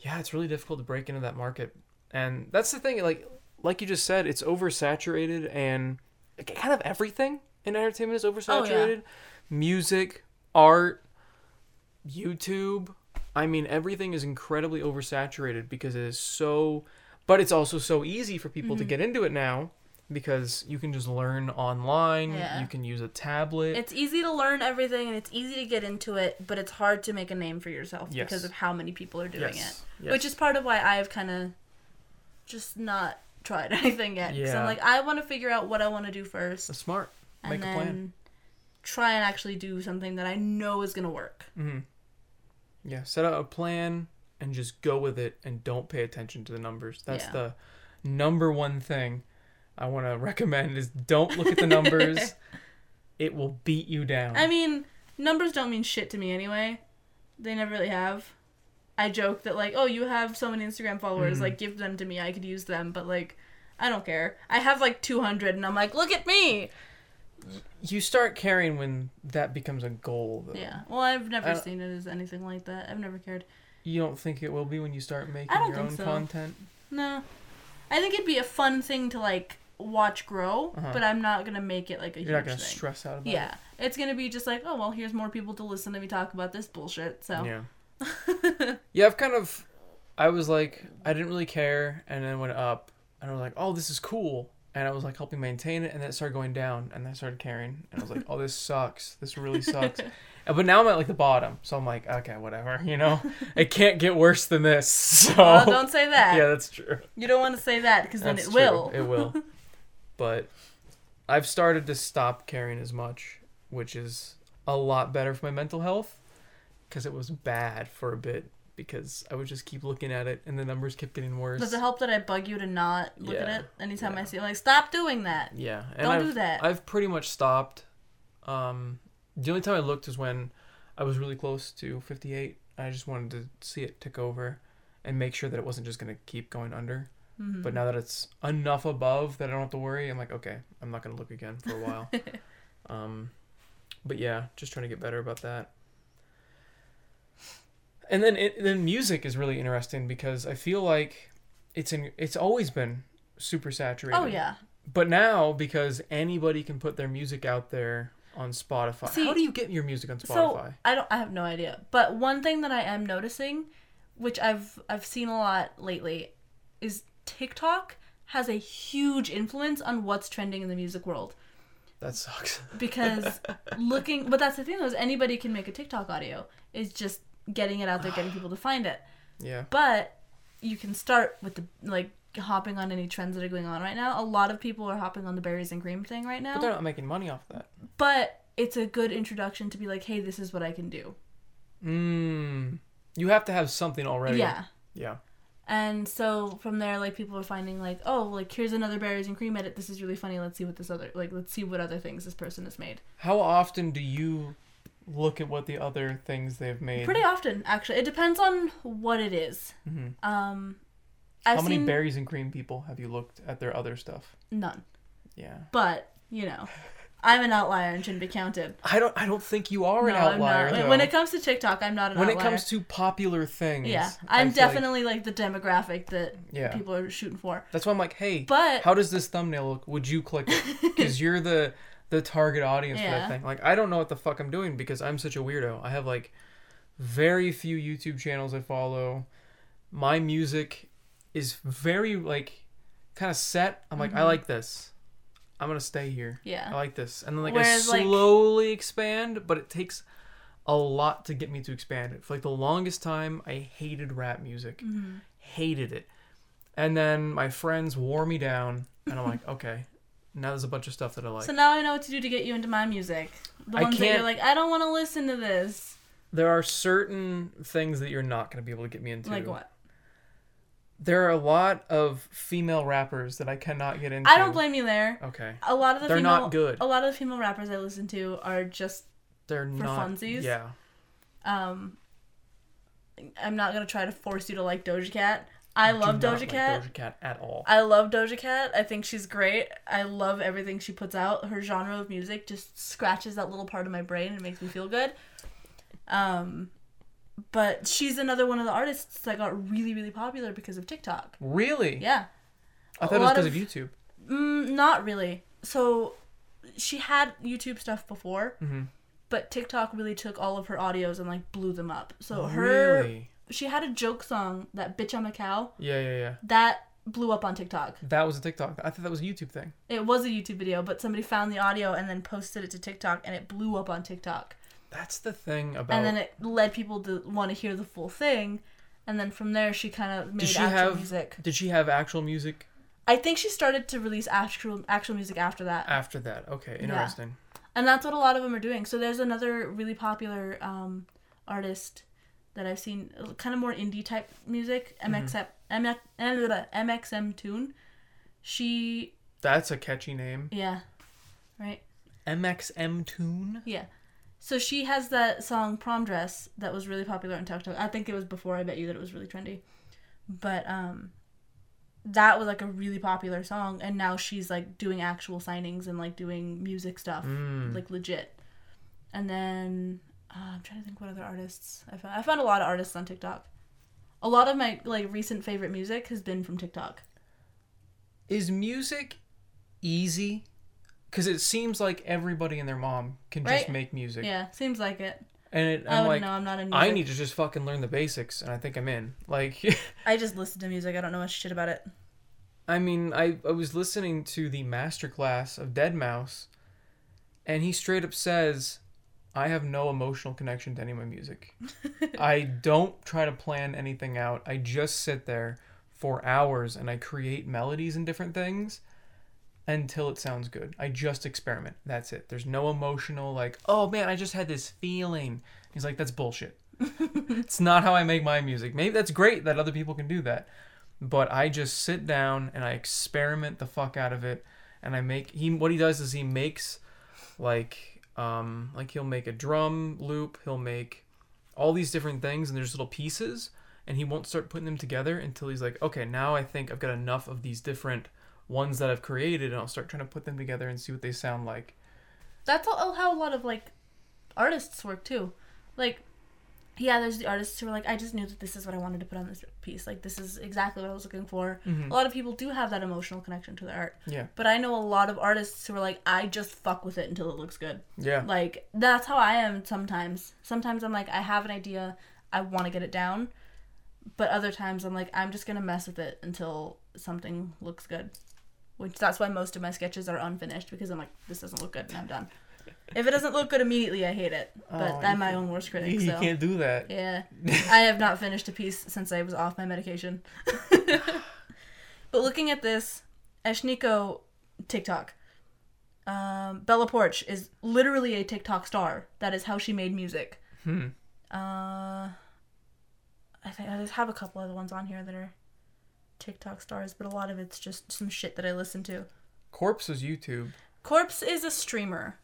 A: Yeah, it's really difficult to break into that market. And that's the thing like like you just said, it's oversaturated and k- kind of everything in entertainment
B: Oh,
A: is oversaturated. Music, art, YouTube. I mean, everything is incredibly oversaturated because it is so but it's also so easy for people to
B: Mm-hmm.
A: get into it now because you can just learn online,
B: Yeah.
A: you can use a tablet.
B: It's easy to learn everything and it's easy to get into it, but it's hard to make a name for yourself
A: Yes.
B: because of how many people are doing
A: Yes,
B: it.
A: yes.
B: Which is part of why I've kind of just not tried anything yet. 'Cause
A: Yeah.
B: I'm like, I want to figure out what I want to do first
A: That's smart.
B: and
A: Make a
B: then
A: plan.
B: try and actually do something that I know is going to work.
A: Yeah, set out a plan and just go with it and don't pay attention to the numbers. That's
B: Yeah.
A: the number one thing I want to recommend is don't look at the numbers. it will beat you down.
B: I mean, numbers don't mean shit to me anyway. They never really have. I joke that like, oh, you have so many Instagram followers,
A: Mm-hmm.
B: like give them to me. I could use them, but like, I don't care. I have like 200, and I'm like, look at me.
A: you start caring when that becomes a goal. Though.
B: Yeah. Well, I've
A: I
B: never
A: don't-
B: seen it as anything like that. I've never cared.
A: You don't think it will be when you start making
B: don't
A: your
B: think
A: own
B: so.
A: content?
B: No. I think it'd be a fun thing to like watch grow,
A: Uh-huh.
B: but I'm not gonna make it like a
A: You're not
B: huge
A: going to
B: thing.
A: stress out about
B: yeah, it's gonna be just like, oh well, here's more people to listen to me talk about this bullshit. So
A: Yeah. yeah, I've kind of. I was like, I didn't really care, and then went up, and I was like, oh, this is cool. And I was like helping maintain it, and then it started going down, and then I started caring, and I was like, oh, this sucks. This really sucks. And- but now I'm at like the bottom, so I'm like, okay, whatever, you know? It can't get worse than this. So.
B: Well, Oh, don't say that.
A: Oh. yeah, that's true.
B: You don't want to say that because then
A: That's
B: it
A: true.
B: will.
A: It will. but I've started to stop caring as much, which is a lot better for my mental health because it was bad for a bit because I would just keep looking at it and the numbers kept getting worse.
B: Does it help that I bug you to not look
A: Yeah,
B: at it anytime
A: yeah.
B: I see it? Like, stop doing that.
A: Yeah. And
B: Don't
A: I've,
B: do that.
A: I've pretty much stopped. Um, the only time I looked is when I was really close to 58. I just wanted to see it tick over and make sure that it wasn't just going to keep going under.
B: Mm-hmm.
A: But now that it's enough above that I don't have to worry, I'm like, okay, I'm not going to look again for a while. um, but yeah, just trying to get better about that. And then it, then music is really interesting because I feel like it's in it's always been super saturated.
B: Oh, yeah.
A: But now, because anybody can put their music out there on Spotify,
B: See,
A: how do you get your music on
B: So
A: Spotify?
B: I don't. I have no idea. But one thing that I am noticing, which I've I've seen a lot lately, is TikTok has a huge influence on what's trending in the music world.
A: that sucks.
B: Because looking, but that's the thing though, is anybody can make a TikTok audio. It's just getting it out there, getting people to find it.
A: Yeah,
B: but you can start with the like hopping on any trends that are going on right now. A lot of people are hopping on the berries and cream thing right now,
A: but they're
B: but,
A: not making money off that.
B: it's a good introduction to be like, hey, this is what I can do.
A: Mm. You have to have something already.
B: Yeah.
A: Oh, Yeah.
B: And so from there, like people are finding like, oh, like here's another berries and cream edit. This is really funny. Let's see what this other like. Let's see what other things this person has made.
A: How often do you look at what the other things they've made?
B: Pretty often, actually, it depends on what it is. Um, I've
A: Mm-hmm. How many
B: seen
A: berries and cream people have you looked at their other stuff?
B: none,
A: Yeah.
B: but you know, I'm an outlier and shouldn't be counted.
A: I don't. I don't think you are an
B: No, I'm not.
A: outlier
B: When-
A: though.
B: When it comes to TikTok, I'm not an
A: When it
B: outlier.
A: comes to popular things.
B: yeah,
A: I
B: I'm
A: feel like-
B: definitely like, the demographic that
A: Yeah.
B: people are shooting for.
A: That's why I'm like, hey,
B: But-
A: how does this thumbnail look? Would you click it? Because you're the the target audience for that
B: Yeah.
A: thing. Like, I don't know what the fuck I'm doing because I'm such a weirdo. I have like very few YouTube channels I follow. My music is very like kind of set. I'm like,
B: Mm-hmm.
A: I like this. I'm gonna stay here.
B: Yeah.
A: I like this, and then like
B: Whereas,
A: I
B: like-
A: slowly expand, but it takes a lot to get me to expand it. For like the longest time, I hated rap music,
B: Mm-hmm.
A: hated it, and then my friends wore me down, and I'm like, okay, And now there's a bunch of stuff that I like.
B: so now I know what to do to get you into my music. The
A: I
B: ones that you're
A: can't-
B: like, I don't want to listen to this.
A: there are certain things that you're not going to be able to get me into.
B: Like what?
A: There are a lot of female rappers that I cannot get into.
B: I don't blame you there.
A: Okay.
B: A lot of the
A: They're
B: female,
A: not good.
B: A lot of the female rappers I listen to are just
A: They're
B: For
A: not.
B: funsies?
A: Yeah.
B: um I'm not gonna try to force you to like Doja Cat. I
A: Do
B: love
A: not
B: Doja
A: like
B: Cat.
A: Doja Cat at all.
B: I love Doja Cat. I think she's great. I love everything she puts out. Her genre of music just scratches that little part of my brain and makes me feel good. Um, but she's another one of the artists that got really, really popular because of TikTok.
A: Really?
B: Yeah.
A: I
B: a
A: thought it was
B: lot
A: because
B: of-
A: of YouTube.
B: Mm, not really. So she had YouTube stuff before,
A: Mhm.
B: but TikTok really took all of her audios and like blew them up. So her
A: Really?
B: she had a joke song that bitch I'm a cow
A: Yeah, yeah, yeah.
B: that blew up on TikTok.
A: That was a TikTok. I thought that was a YouTube thing.
B: It was a YouTube video, but somebody found the audio and then posted it to TikTok and it blew up on TikTok.
A: That's the thing about.
B: And then it led people to want to hear the full thing. And then from there, she kind of made
A: she
B: actual
A: have-
B: music.
A: Did she have actual music
B: I think she started to release actual actual music after that,
A: after that? Okay, interesting.
B: and that's what a lot of them are doing. So there's another really popular um, artist that I've seen, kind of more indie type music,
A: Mm-hmm.
B: MXM, MXM Tune. She,
A: That's a catchy name.
B: yeah, right.
A: MXM Tune.
B: Yeah. So she has that song Prom Dress that was really popular on TikTok. I think it was before I bet you that it was really trendy. But um that was like a really popular song and now she's like doing actual signings and like doing music stuff
A: Mm.
B: like legit. And then uh, I'm trying to think what other artists I found. I found a lot of artists on TikTok. A lot of my like recent favorite music has been from TikTok.
A: Is music easy? Because it seems like everybody and their mom can just
B: Right?
A: make music.
B: Yeah, seems like it.
A: And it,
B: I
A: I'm
B: would
A: like,
B: know. I'm not in music.
A: I need to just fucking learn the basics, and I think I'm in. Like,
B: I just listen to music. I don't know much shit about it.
A: I mean, I, I was listening to the masterclass of Dead Mouse, and he straight up says, I have no emotional connection to any of my music. I don't try to plan anything out. I just sit there for hours and I create melodies and different things until it sounds good. I just experiment. That's it. There's no emotional, like, oh man, I just had this feeling. He's like, that's bullshit. it's not how I make my music. Maybe that's great that other people can do that. But I just sit down and I experiment the fuck out of it and I make he what he does is he makes like um like he'll make a drum loop, he'll make all these different things and there's little pieces and he won't start putting them together until he's like, okay, now I think I've got enough of these different ones that I've created and I'll start trying to put them together and see what they sound like.
B: that's all, how a lot of like artists work too like yeah there's the artists who are like i just knew that this is what i wanted to put on this piece like this is exactly what i was looking for a lot of people do have that emotional connection to their art
A: Yeah.
B: but i know a lot of artists who are like i just fuck with it until it looks good
A: Yeah.
B: like that's how i am sometimes sometimes i'm like i have an idea i want to get it down but other times i'm like i'm just gonna mess with it until something looks good which that's why most of my sketches are unfinished because i'm like this doesn't look good and i'm done if it doesn't look good immediately i hate it but
A: Oh,
B: i'm
A: you
B: my
A: can't-
B: own worst
A: You
B: critic
A: you
B: so
A: can't do that.
B: yeah i have not finished a piece since i was off my medication but looking at this ashniko tiktok um, Bella Porch is literally a TikTok star. That is how she made music.
A: Hmm.
B: Uh, I think I just have a couple other ones on here that are TikTok stars, but a lot of it's just some shit that I listen to.
A: Corpse was YouTube.
B: Corpse is a streamer,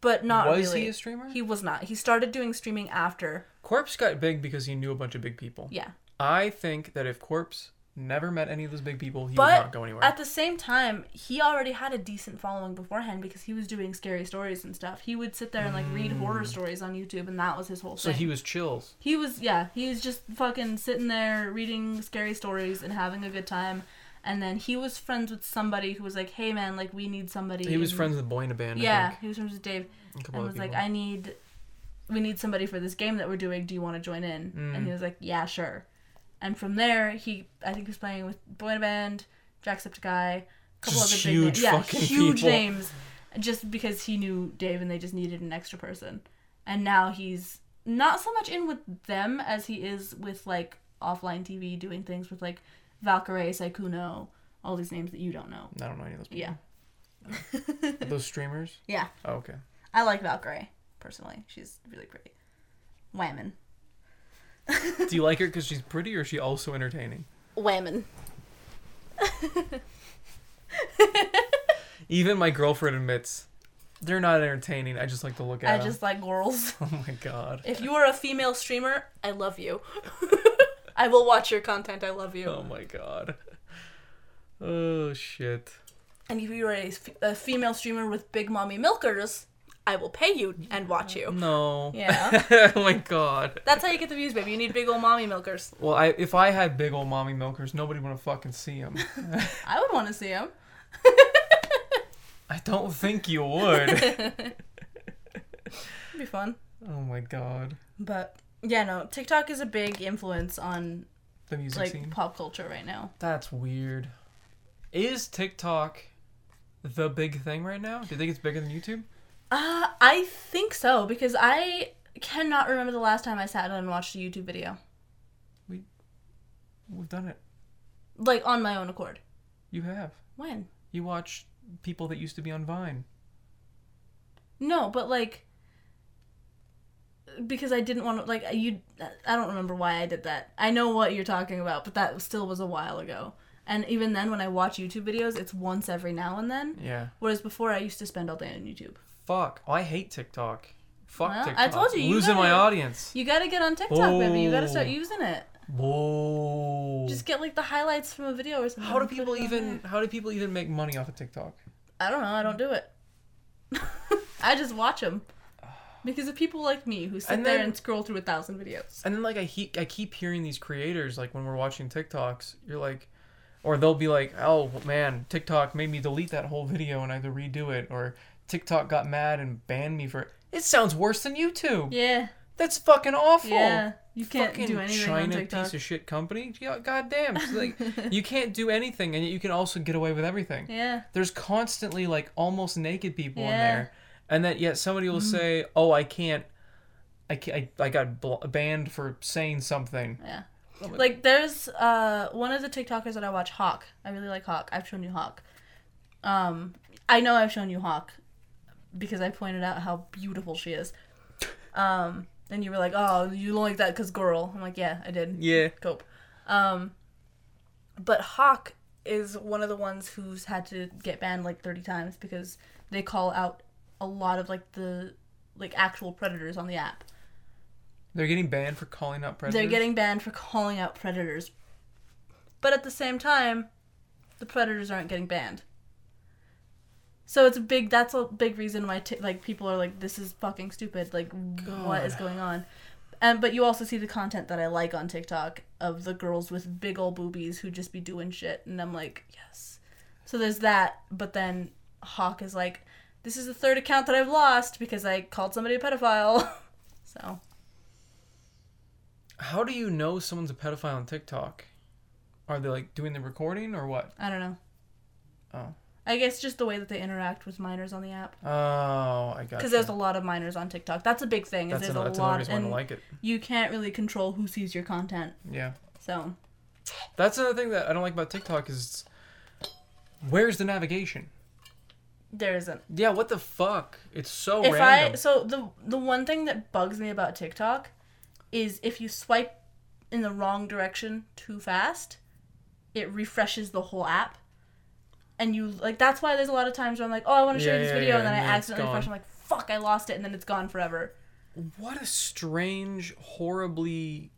B: but not
A: was
B: really.
A: he a streamer?
B: He was not. He started doing streaming after.
A: Corpse got big because he knew a bunch of big people.
B: Yeah.
A: I think that if Corpse never met any of those big people, he would
B: But
A: not go anywhere.
B: at the same time, he already had a decent following beforehand because he was doing scary stories and stuff. He would sit there and like read horror stories on YouTube, and that was his whole
A: Mm. so
B: thing.
A: he was chills.
B: He was yeah, he was just fucking sitting there reading scary stories and having a good time. And then he was friends with somebody who was like, "Hey man, like we need somebody."
A: He was
B: in-"
A: friends with Boy in a Band. I
B: Yeah,
A: think,
B: he was friends with Dave,
A: and a couple
B: and
A: other
B: was like,
A: people.
B: "I need, we need somebody for this game that we're doing. Do you want to join in?"
A: Mm.
B: And he was like, "Yeah, sure." And from there, he I think he was playing with Boy in a Band, Jacksepticeye, a couple
A: Just
B: other
A: huge
B: big names. Yeah,
A: fucking
B: huge
A: people.
B: names, just because he knew Dave and they just needed an extra person. And now he's not so much in with them as he is with like offline TV doing things with like Valkyrie, Saikuno, all these names that you don't know.
A: I don't know any of those people.
B: Yeah.
A: Those streamers?
B: Yeah.
A: Oh, okay.
B: I like Valkyrie personally. She's really pretty. Whammon.
A: Do you like her because she's pretty or is she also entertaining?
C: Whammon.
A: Even my girlfriend admits they're not entertaining. I just like to look at
B: I just
A: them.
B: like girls.
A: Oh my god.
B: If you are a female streamer,
C: I love you. I will watch your content. I love you.
A: Oh my god. Oh shit.
B: and if you are a, f- a female streamer with big mommy milkers,
C: I will pay you and watch you.
A: No.
B: yeah,
A: oh my god.
C: That's how you get the views, baby. You need big old mommy milkers.
A: Well, I if I had big old mommy milkers, nobody would fucking see them.
B: I would want to see him.
A: I don't think you would.
B: It'd be fun.
A: oh my god.
B: But yeah, no, TikTok is a big influence on
A: The music
B: like
A: scene.
B: pop culture right now.
A: That's weird. Is TikTok the big thing right now? Do you think it's bigger than YouTube?
B: Uh, I think so because I cannot remember the last time I sat down and watched a YouTube video
A: We've done it.
B: like on my own accord.
A: You have.
B: When?
A: You watch people that used to be on Vine.
B: No, but like because I didn't want to like you I don't remember why I did that. I know what you're talking about, but that still was a while ago. And even then when I watch YouTube videos, it's once every now and then.
A: Yeah.
B: Whereas before I used to spend all day on YouTube.
A: Fuck. Oh, I hate TikTok. Fuck
B: Well, I
A: TikTok.
B: told you, you
A: Losing my
B: gotta-
A: audience.
B: You got to get on TikTok, baby. You got to start
A: Oh.
B: using it.
A: Whoa.
B: Just get like the highlights from a video or something.
A: how do
B: and put
A: people
B: it on
A: even
B: there.
A: how do people even make money off of TikTok?
B: I don't know. I don't do it. I just watch them. Because of people like me who sit
A: And
B: there
A: then-
B: and scroll through a thousand videos.
A: And then like I he- I keep hearing these creators like when we're watching TikToks, you're like or they'll be like, "Oh man, TikTok made me delete that whole video and I had to redo it," or "TikTok got mad and banned me for it." It sounds worse than YouTube.
B: Yeah.
A: That's fucking awful.
B: Yeah. You can't
A: Fucking
B: do anything
A: China
B: on TikTok.
A: piece of shit company. Yeah, Goddamn, It's like you can't do anything, and yet you can also get away with everything.
B: yeah.
A: There's constantly like almost naked people in
B: Yeah. Mm-hmm.
A: there, and that yet somebody will say, "Oh, I can't, I can't, I, I got bl- banned for saying something."
B: Yeah.
A: Oh my-
B: Like there's uh one of the TikTokers that I watch, Hawk. I really like Hawk. I've shown you Hawk. Um I know I've shown you Hawk because I pointed out how beautiful she is. Um and you were like, "Oh, you don't like that cuz girl." I'm like, "Yeah, I did."
A: Yeah.
B: Cope. Um but Hawk is one of the ones who's had to get banned like 30 times because they call out a lot of like the like actual predators on the app.
A: They're getting banned for calling out predators.
B: They're getting banned for calling out predators. But at the same time, the predators aren't getting banned. So it's a big that's a big reason why t- like people are like this is fucking stupid. Like what
A: God.
B: is going on? And but you also see the content that I like on TikTok of the girls with big old boobies who just be doing shit and I'm like, yes. So there's that, but then Hawk is like this is the third account that I've lost because I called somebody a pedophile. so
A: How do you know someone's a pedophile on TikTok? Are they like doing the recording or what?
B: I don't know.
A: Oh.
B: I guess just the way that they interact with minors on the app.
A: Oh, I got.
B: Because there's a lot of minors on TikTok. That's a big thing. Is
A: that's,
B: there's
A: another,
B: a
A: that's another
B: lot,
A: reason why I
B: and
A: don't like it.
B: you can't really control who sees your content.
A: Yeah.
B: So
A: That's another thing that I don't like about TikTok is where's the navigation?
B: there isn't.
A: Yeah, what the fuck? It's so
B: if I
A: random.
B: so the the one thing that bugs me about TikTok is if you swipe in the wrong direction too fast, it refreshes the whole app. And you like that's why there's a lot of times where I'm like, oh, I want to show
A: Yeah,
B: you this
A: yeah,
B: video,
A: yeah,
B: and then I
A: and then it's
B: accidentally refresh. I'm
A: gone.
B: like, fuck, I lost it, and then it's gone forever.
A: What a strange, horribly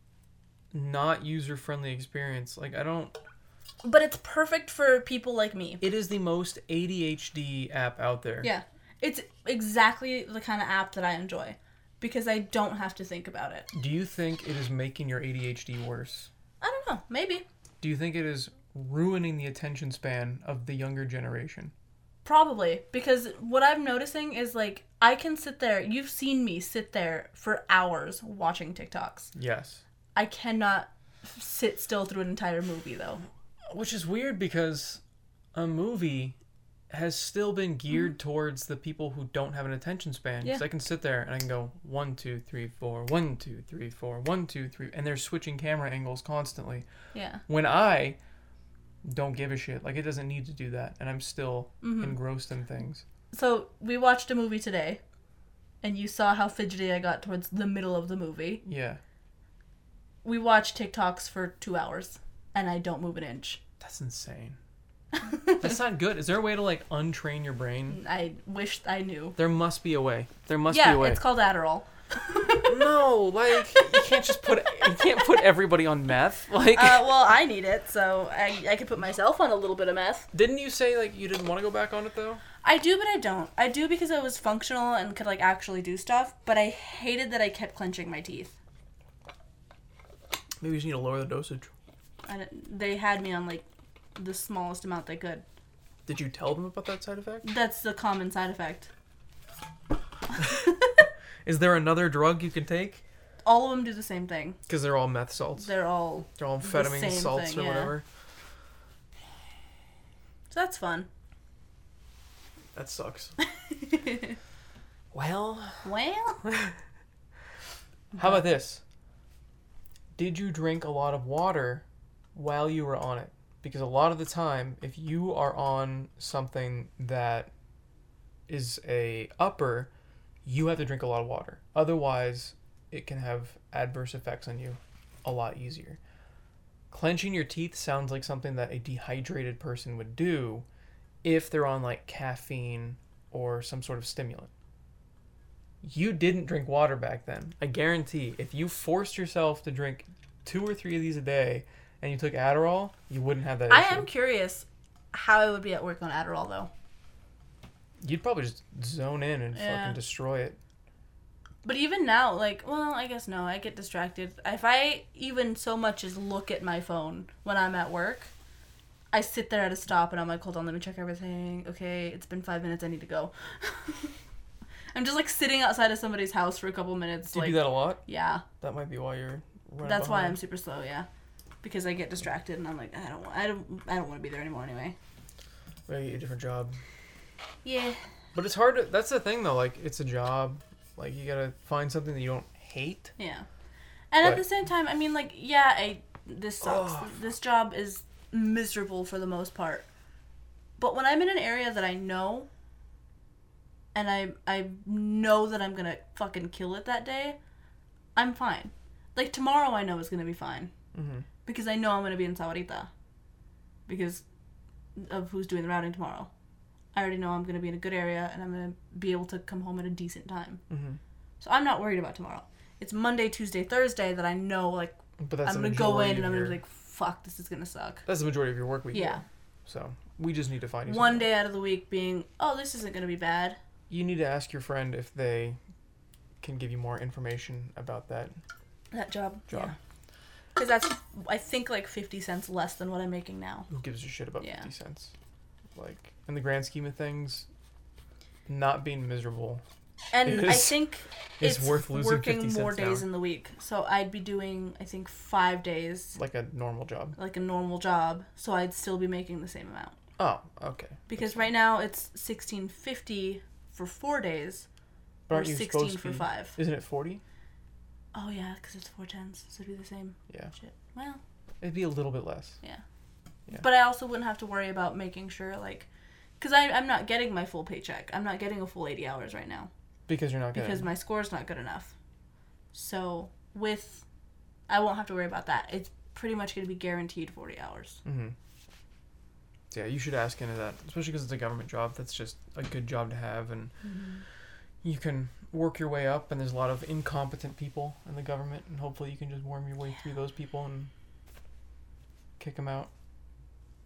A: not user friendly experience. Like I don't
B: But it's perfect for people like me
A: it is the most ADHD app out there.
B: Yeah. It's exactly the kind of app that I enjoy because I don't have to think about it.
A: Do you think it is making your ADHD worse?
B: I don't know. Maybe.
A: Do you think it is ruining the attention span of the younger generation?
B: Probably. Because what I'm noticing is like, I can sit there. You've seen me sit there for hours watching TikToks.
A: Yes.
B: I cannot sit still through an entire movie though.
A: Which is weird because a movie has still been geared towards the people who don't have an attention span. Because
B: Mm-hmm. Yeah.
A: I can sit there and I can go one, two, three, four, one, two, three, four, one, two, three, and they're switching camera angles constantly.
B: Yeah.
A: When I don't give a shit. Like it doesn't need to do that, and I'm still
B: Mm-hmm.
A: engrossed in things.
B: So we watched a movie today, and you saw how fidgety I got towards the middle of the movie.
A: Yeah,
B: We watched TikToks for two hours, and I don't move an inch.
A: that's insane. that's not good. Is there a way to like untrain your brain?
B: I wish I knew.
A: There must be a way. There must be
B: yeah,
A: a way.
B: it's called Adderall.
A: no, like you can't just put you can't put everybody on meth. Like,
B: Uh, well, I need it, so I, I could put myself on a little bit of meth.
A: didn't you say like you didn't want to go back on it though?
B: I do, but I don't. I do because I was functional and could like actually do stuff, but I hated that I kept clenching my teeth.
A: Maybe you just need to lower the dosage.
B: I didn't- they had me on like the smallest amount they could.
A: Did you tell them about that side effect?
B: That's the common side effect.
A: Is there another drug you can take?
B: All of them do the same thing.
A: Because they're all meth salts.
B: They're all
A: They're all amphetamine
B: same
A: salts
B: thing,
A: or
B: yeah.
A: whatever.
B: so that's fun.
A: That sucks. well,
B: Well,
A: how about this? Did you drink a lot of water while you were on it? Because a lot of the time, if you are on something that is a upper, you have to drink a lot of water. Otherwise, it can have adverse effects on you a lot easier. Clenching your teeth sounds like something that a dehydrated person would do if they're on like caffeine or some sort of stimulant. You didn't drink water back then. I guarantee if you forced yourself to drink two or three of these a day and you took Adderall, you wouldn't have that
B: I
A: issue.
B: am curious how I would be at work on Adderall though.
A: You'd probably just zone in and
B: Yeah.
A: fucking destroy it.
B: But even now, like, well, I guess no, I get distracted. If I even so much as look at my phone when I'm at work, I sit there at a stop and I'm like, hold on, let me check everything. Okay, it's been five minutes, I need to go. I'm just like sitting outside of somebody's house for a couple minutes.
A: Do you
B: like,
A: do that a lot?
B: yeah,
A: That might be why you're. Running
B: that's why I'm
A: behind.
B: super slow. Yeah, because I get distracted and I'm like, I don't, wa- I don't, I don't want to be there anymore anyway.
A: Maybe get a different job.
B: Yeah.
A: But it's hard. To, that's the thing though. Like it's a job. Like you gotta find something that you don't hate.
B: Yeah. And at
A: But-
B: the same time, I mean, like, yeah, I this sucks.
A: Ugh.
B: This job is miserable for the most part. But when I'm in an area that I know, and I I know that I'm gonna fucking kill it that day, I'm fine. Like tomorrow, I know is gonna be fine
A: Mhm.
B: because I know I'm gonna be in Saurita because of who's doing the routing tomorrow. I already know I'm gonna be in a good area and I'm gonna be able to come home at a decent time.
A: Mhm.
B: So I'm not worried about tomorrow. It's Monday, Tuesday, Thursday that I know like
A: But that's
B: I'm
A: the
B: gonna go in
A: majority
B: and
A: of
B: I'm gonna be
A: your-
B: like, fuck, this is gonna suck.
A: That's the majority of your work week.
B: Yeah.
A: though. So we just need to find you
B: One
A: something.
B: day out of the week being, oh, this isn't gonna be bad.
A: You need to ask your friend if they can give you more information about that
B: That job.
A: job.
B: Because that's I think like fifty cents less than what I'm making now.
A: Who gives a shit about
B: Yeah.
A: fifty cents? Like in the grand scheme of things, not being miserable
B: And I
A: It's-
B: think
A: is worth losing
B: working
A: 50
B: more
A: cents an
B: days
A: hour.
B: in the week. So I'd be doing I think five days
A: like a normal job.
B: like a normal job, so I'd still be making the same amount.
A: Oh, okay.
B: Because right now it's sixteen fifty for four days
A: But
B: or
A: aren't you supposed
B: sixteen
A: to
B: for
A: be-
B: five.
A: Isn't it forty?
B: Oh yeah, because it's four tens, so it'd be the same.
A: Yeah.
B: Shit. Well.
A: It'd be a little bit less. Yeah.
B: But I also wouldn't have to worry about making sure, like, because I'm not getting my full paycheck. I'm not getting a full 80 hours right now
A: Because you're not getting
B: because my score's not good enough. So, with, I won't have to worry about that. It's pretty much going to be guaranteed 40 hours.
A: Mm-hmm. Yeah, you should ask into that, especially because it's a government job. That's just a good job to have, and
B: Mm-hmm.
A: you can work your way up. And there's a lot of incompetent people in the government, and hopefully you can just worm your way through those people and kick them out.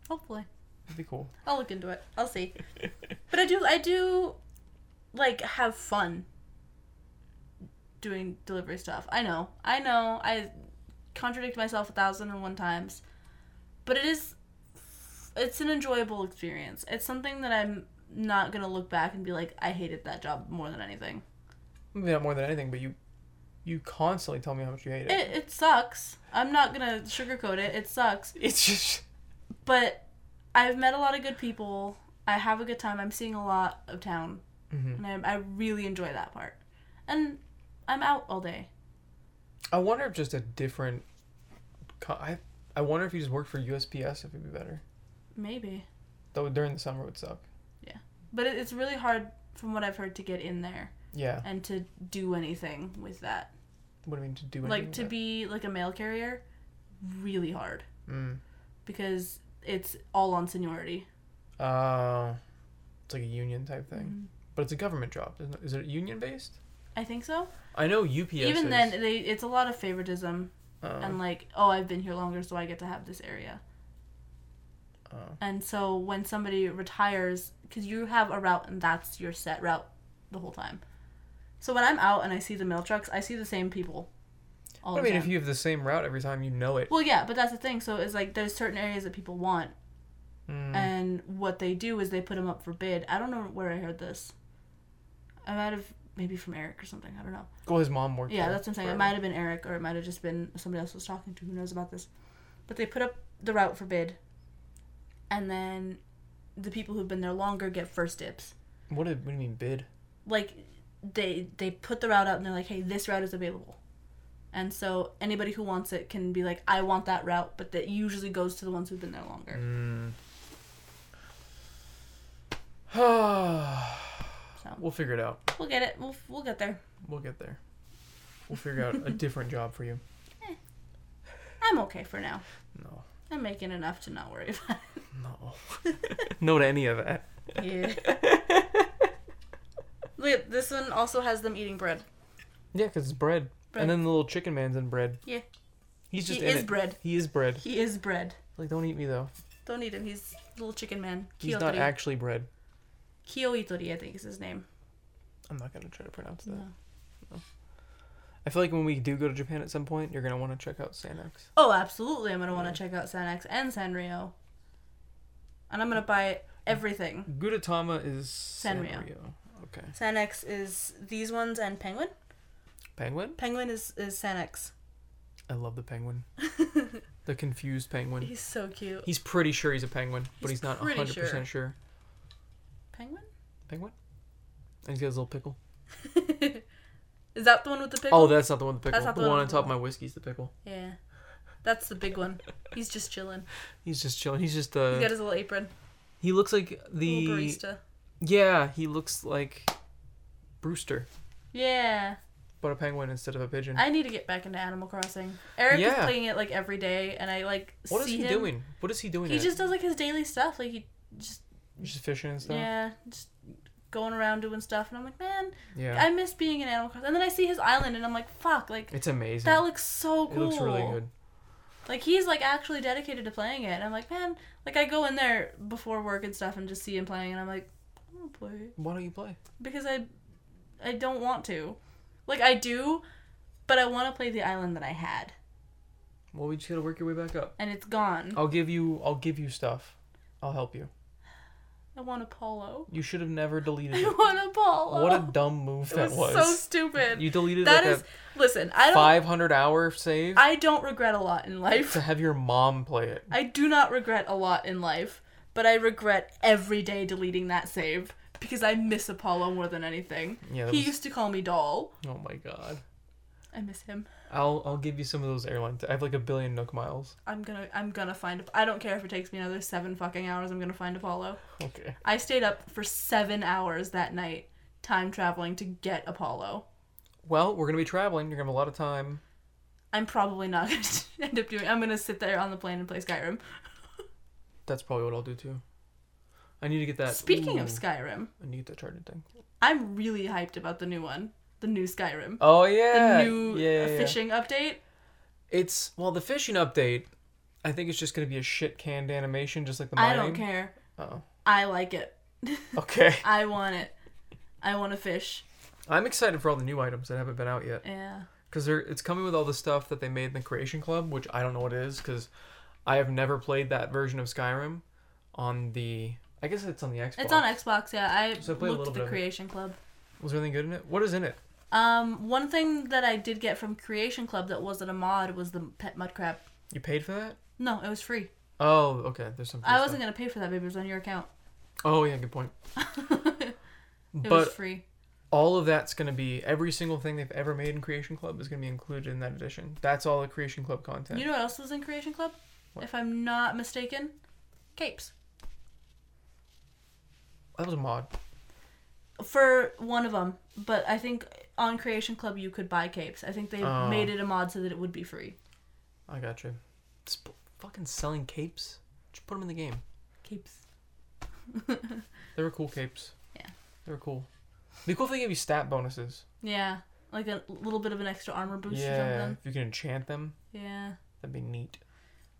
B: Hopefully.
A: That'd be cool.
B: I'll look into it. I'll see. but I do, I do, like, have fun doing delivery stuff. I know. I know. I contradict myself a thousand and one times. But it is, it's an enjoyable experience. It's something that I'm not going to look back and be like, I hated that job more than anything.
A: Maybe not more than anything, but you you constantly tell me how much you hate it.
B: It, it sucks. I'm not going to sugarcoat it. It sucks.
A: It's just
B: But I've met a lot of good people. I have a good time. I'm seeing a lot of town.
A: Mhm.
B: And I, I really enjoy that part. And I'm out all day.
A: I wonder if just a different. Co- I I wonder if you just worked for USPS if it'd be better.
B: Maybe.
A: Though during the summer would suck.
B: But it, it's really hard, from what I've heard, to get in there
A: Yeah.
B: and to do anything with that.
A: What do you mean to do? anything
B: Like, to
A: with
B: be like a mail carrier, really hard.
A: it? Mm.
B: Because it's all on seniority.
A: Uh, it's like a union type thing,
B: Mm-hmm.
A: but it's a government job. Isn't it? Is it union based?
B: I think so.
A: I know UPS.
B: Even
A: is,
B: then, they it's a lot of favoritism
A: uh,
B: and like, oh, I've been here longer, so I get to have this area.
A: Oh.
B: And so when somebody retires, because you have a route and that's your set route the whole time. So when I'm out and I see the mail trucks, I see the same people. All
A: I
B: the
A: mean,
B: time.
A: if you have the same route every time, you know it.
B: Well, yeah, but that's the thing. So it's like there's certain areas that people want,
A: Mm.
B: and what they do is they put them up for bid. I don't know where I heard this. I might have maybe from Eric or something. I don't know.
A: Well, his mom worked.
B: Yeah,
A: there
B: that's what I'm saying. It
A: forever.
B: might have been Eric, or it might have just been somebody else I was talking to. Who knows about this? But they put up the route for bid, and then the people who've been there longer get first dibs.
A: What, did, what do you mean bid?
B: Like they they put the route out, and they're like, "Hey, this route is available," and so anybody who wants it can be like, "I want that route," but that usually goes to the ones who've been there longer.
A: Mm.
B: So
A: we'll figure it out.
B: we'll get it. We'll we'll get there.
A: We'll get there. We'll figure out a different job for you.
B: I'm okay for now.
A: No,
B: I'm making enough to not worry about.
A: no, no to any of that.
B: It. Yeah. Look, this one also has them eating bread.
A: Yeah, 'cause it's bread.
B: Bread.
A: and then the little chicken man's in bread.
B: Yeah.
A: he's just
B: he
A: in
B: is
A: it.
B: bread.
A: He is bread.
B: He is bread.
A: Like, don't eat me though.
B: Don't eat him. He's little chicken man.
A: He's not
B: Kyotori.
A: actually bread.
B: Kyoitori, I think is his name.
A: I'm not gonna try to pronounce that.
B: No.
A: I feel like when we do go to Japan at some point, you're gonna want to check out Sanex.
B: Oh, absolutely. I'm going to want to check out Sanex and Sanrio. And I'm going to buy everything.
A: Gudetama is
B: Sanrio.
A: Sanrio. Okay.
B: Sanex is these ones and Penguin.
A: Penguin.
B: Penguin is, is Sanex.
A: I love the penguin. the confused penguin.
B: He's so cute.
A: He's pretty sure he's a penguin, but
B: He's
A: he's not
B: pretty
A: 100% sure.
B: Penguin?
A: Penguin? And he's got his little pickle.
B: Is that the one with the pickle?
A: Oh, that's not the one with the pickle.
B: That's not
A: the,
B: the
A: one
B: one
A: on
B: with the
A: top of my whiskey's the pickle.
B: Yeah. That's the big one. He's just chilling.
A: He's just chilling. He's just uh
B: He's got his little apron.
A: he looks like the
B: Little barista.
A: Yeah, he looks like Brewster,
B: Yeah.
A: but a penguin instead of a pigeon.
B: I need to get back into Animal Crossing. Eric is
A: Yeah.
B: playing it like every day, and I like
A: What is
B: see
A: he
B: him.
A: doing? What is he doing?
B: He
A: at?
B: just does like his daily stuff. Like he just
A: just fishing and stuff.
B: yeah, just going around doing stuff, and I'm like, man,
A: Yeah.
B: I miss being in Animal Crossing. And then I see his island, and I'm like, fuck, like
A: It's amazing.
B: that looks so
A: It
B: cool.
A: looks really good.
B: Like he's like actually dedicated to playing it. And I'm like, man, like I go in there before work and stuff, and just see him playing, and I'm like, I want to play
A: Why don't you play?
B: because I, I don't want to. Like I do, but I want to play the island that I had,
A: Well, we just gotta work your way back up.
B: and it's gone.
A: I'll give you. I'll give you stuff. I'll help you.
B: I want a polo.
A: You should have never deleted
B: I
A: it.
B: want a polo.
A: What a dumb move
B: it
A: that was.
B: was, so stupid.
A: you deleted
B: That
A: like
B: is listen, I
A: a
B: don't
A: 500 hour save
B: I don't regret a lot in
A: to
B: life.
A: have your mom play it.
B: I do not regret a lot in life, but I regret every day deleting that save because I miss Apollo more than anything.
A: Yeah. That
B: he
A: was,
B: used to call me doll.
A: oh my god.
B: I miss him.
A: I'll I'll give you some of those airlines. I have like a billion Nook miles.
B: I'm gonna I'm gonna find I don't care if it takes me another 7 fucking hours. I'm going to find Apollo.
A: Okay.
B: I stayed up for 7 hours that night time traveling to get Apollo.
A: Well, we're gonna be traveling. You're gonna have a lot of time.
B: I'm probably not going to end up doing I'm going to sit there on the plane and play Skyrim.
A: That's probably what I'll do too. I need to get that.
B: Speaking
A: ooh,
B: of Skyrim,
A: I need that charted thing.
B: I'm really hyped about the new one, the new Skyrim,
A: Oh
B: the
A: yeah.
B: new
A: yeah,
B: uh,
A: yeah, yeah.
B: fishing update.
A: It's well, the fishing update. I think it's just gonna be a shit canned animation, just like the mining.
B: I don't care.
A: Oh,
B: I like it.
A: okay.
B: I want it. I want to fish.
A: I'm excited for all the new items that haven't been out yet,
B: Yeah.
A: because they're it's coming with all the stuff that they made in the Creation Club, which I don't know what it is, because I have never played that version of Skyrim on the. I guess it's on the Xbox.
B: It's on Xbox. Yeah, I
A: So play a little
B: looked at
A: bit
B: the
A: of it.
B: Creation Club.
A: Was there anything good in it? What is in it?
B: Um, one thing that I did get from Creation Club that wasn't a mod was the pet mud crab.
A: You paid for that?
B: No, it was free.
A: Oh, okay. There's some. free
B: I
A: stuff.
B: wasn't gonna pay for that, baby. It was on your account.
A: Oh yeah, good point.
B: it was
A: But
B: free.
A: all of that's going to be every single thing they've ever made in Creation Club is going to be included in that edition. That's all the Creation Club content.
B: You know what else was in Creation Club?
A: What?
B: If I'm not mistaken, capes.
A: that was a mod.
B: for one of them, but I think on Creation Club you could buy capes. I think they
A: Oh.
B: made it a mod so that it would be free.
A: I got you. Sp- fucking selling capes. Just put them in the game.
B: Capes.
A: They were cool capes.
B: Yeah.
A: They were cool. It'd be cool if they gave you stat bonuses.
B: Yeah, like a little bit of an extra armor boost or
A: yeah.
B: something.
A: If you can enchant them,
B: Yeah.
A: that'd be neat.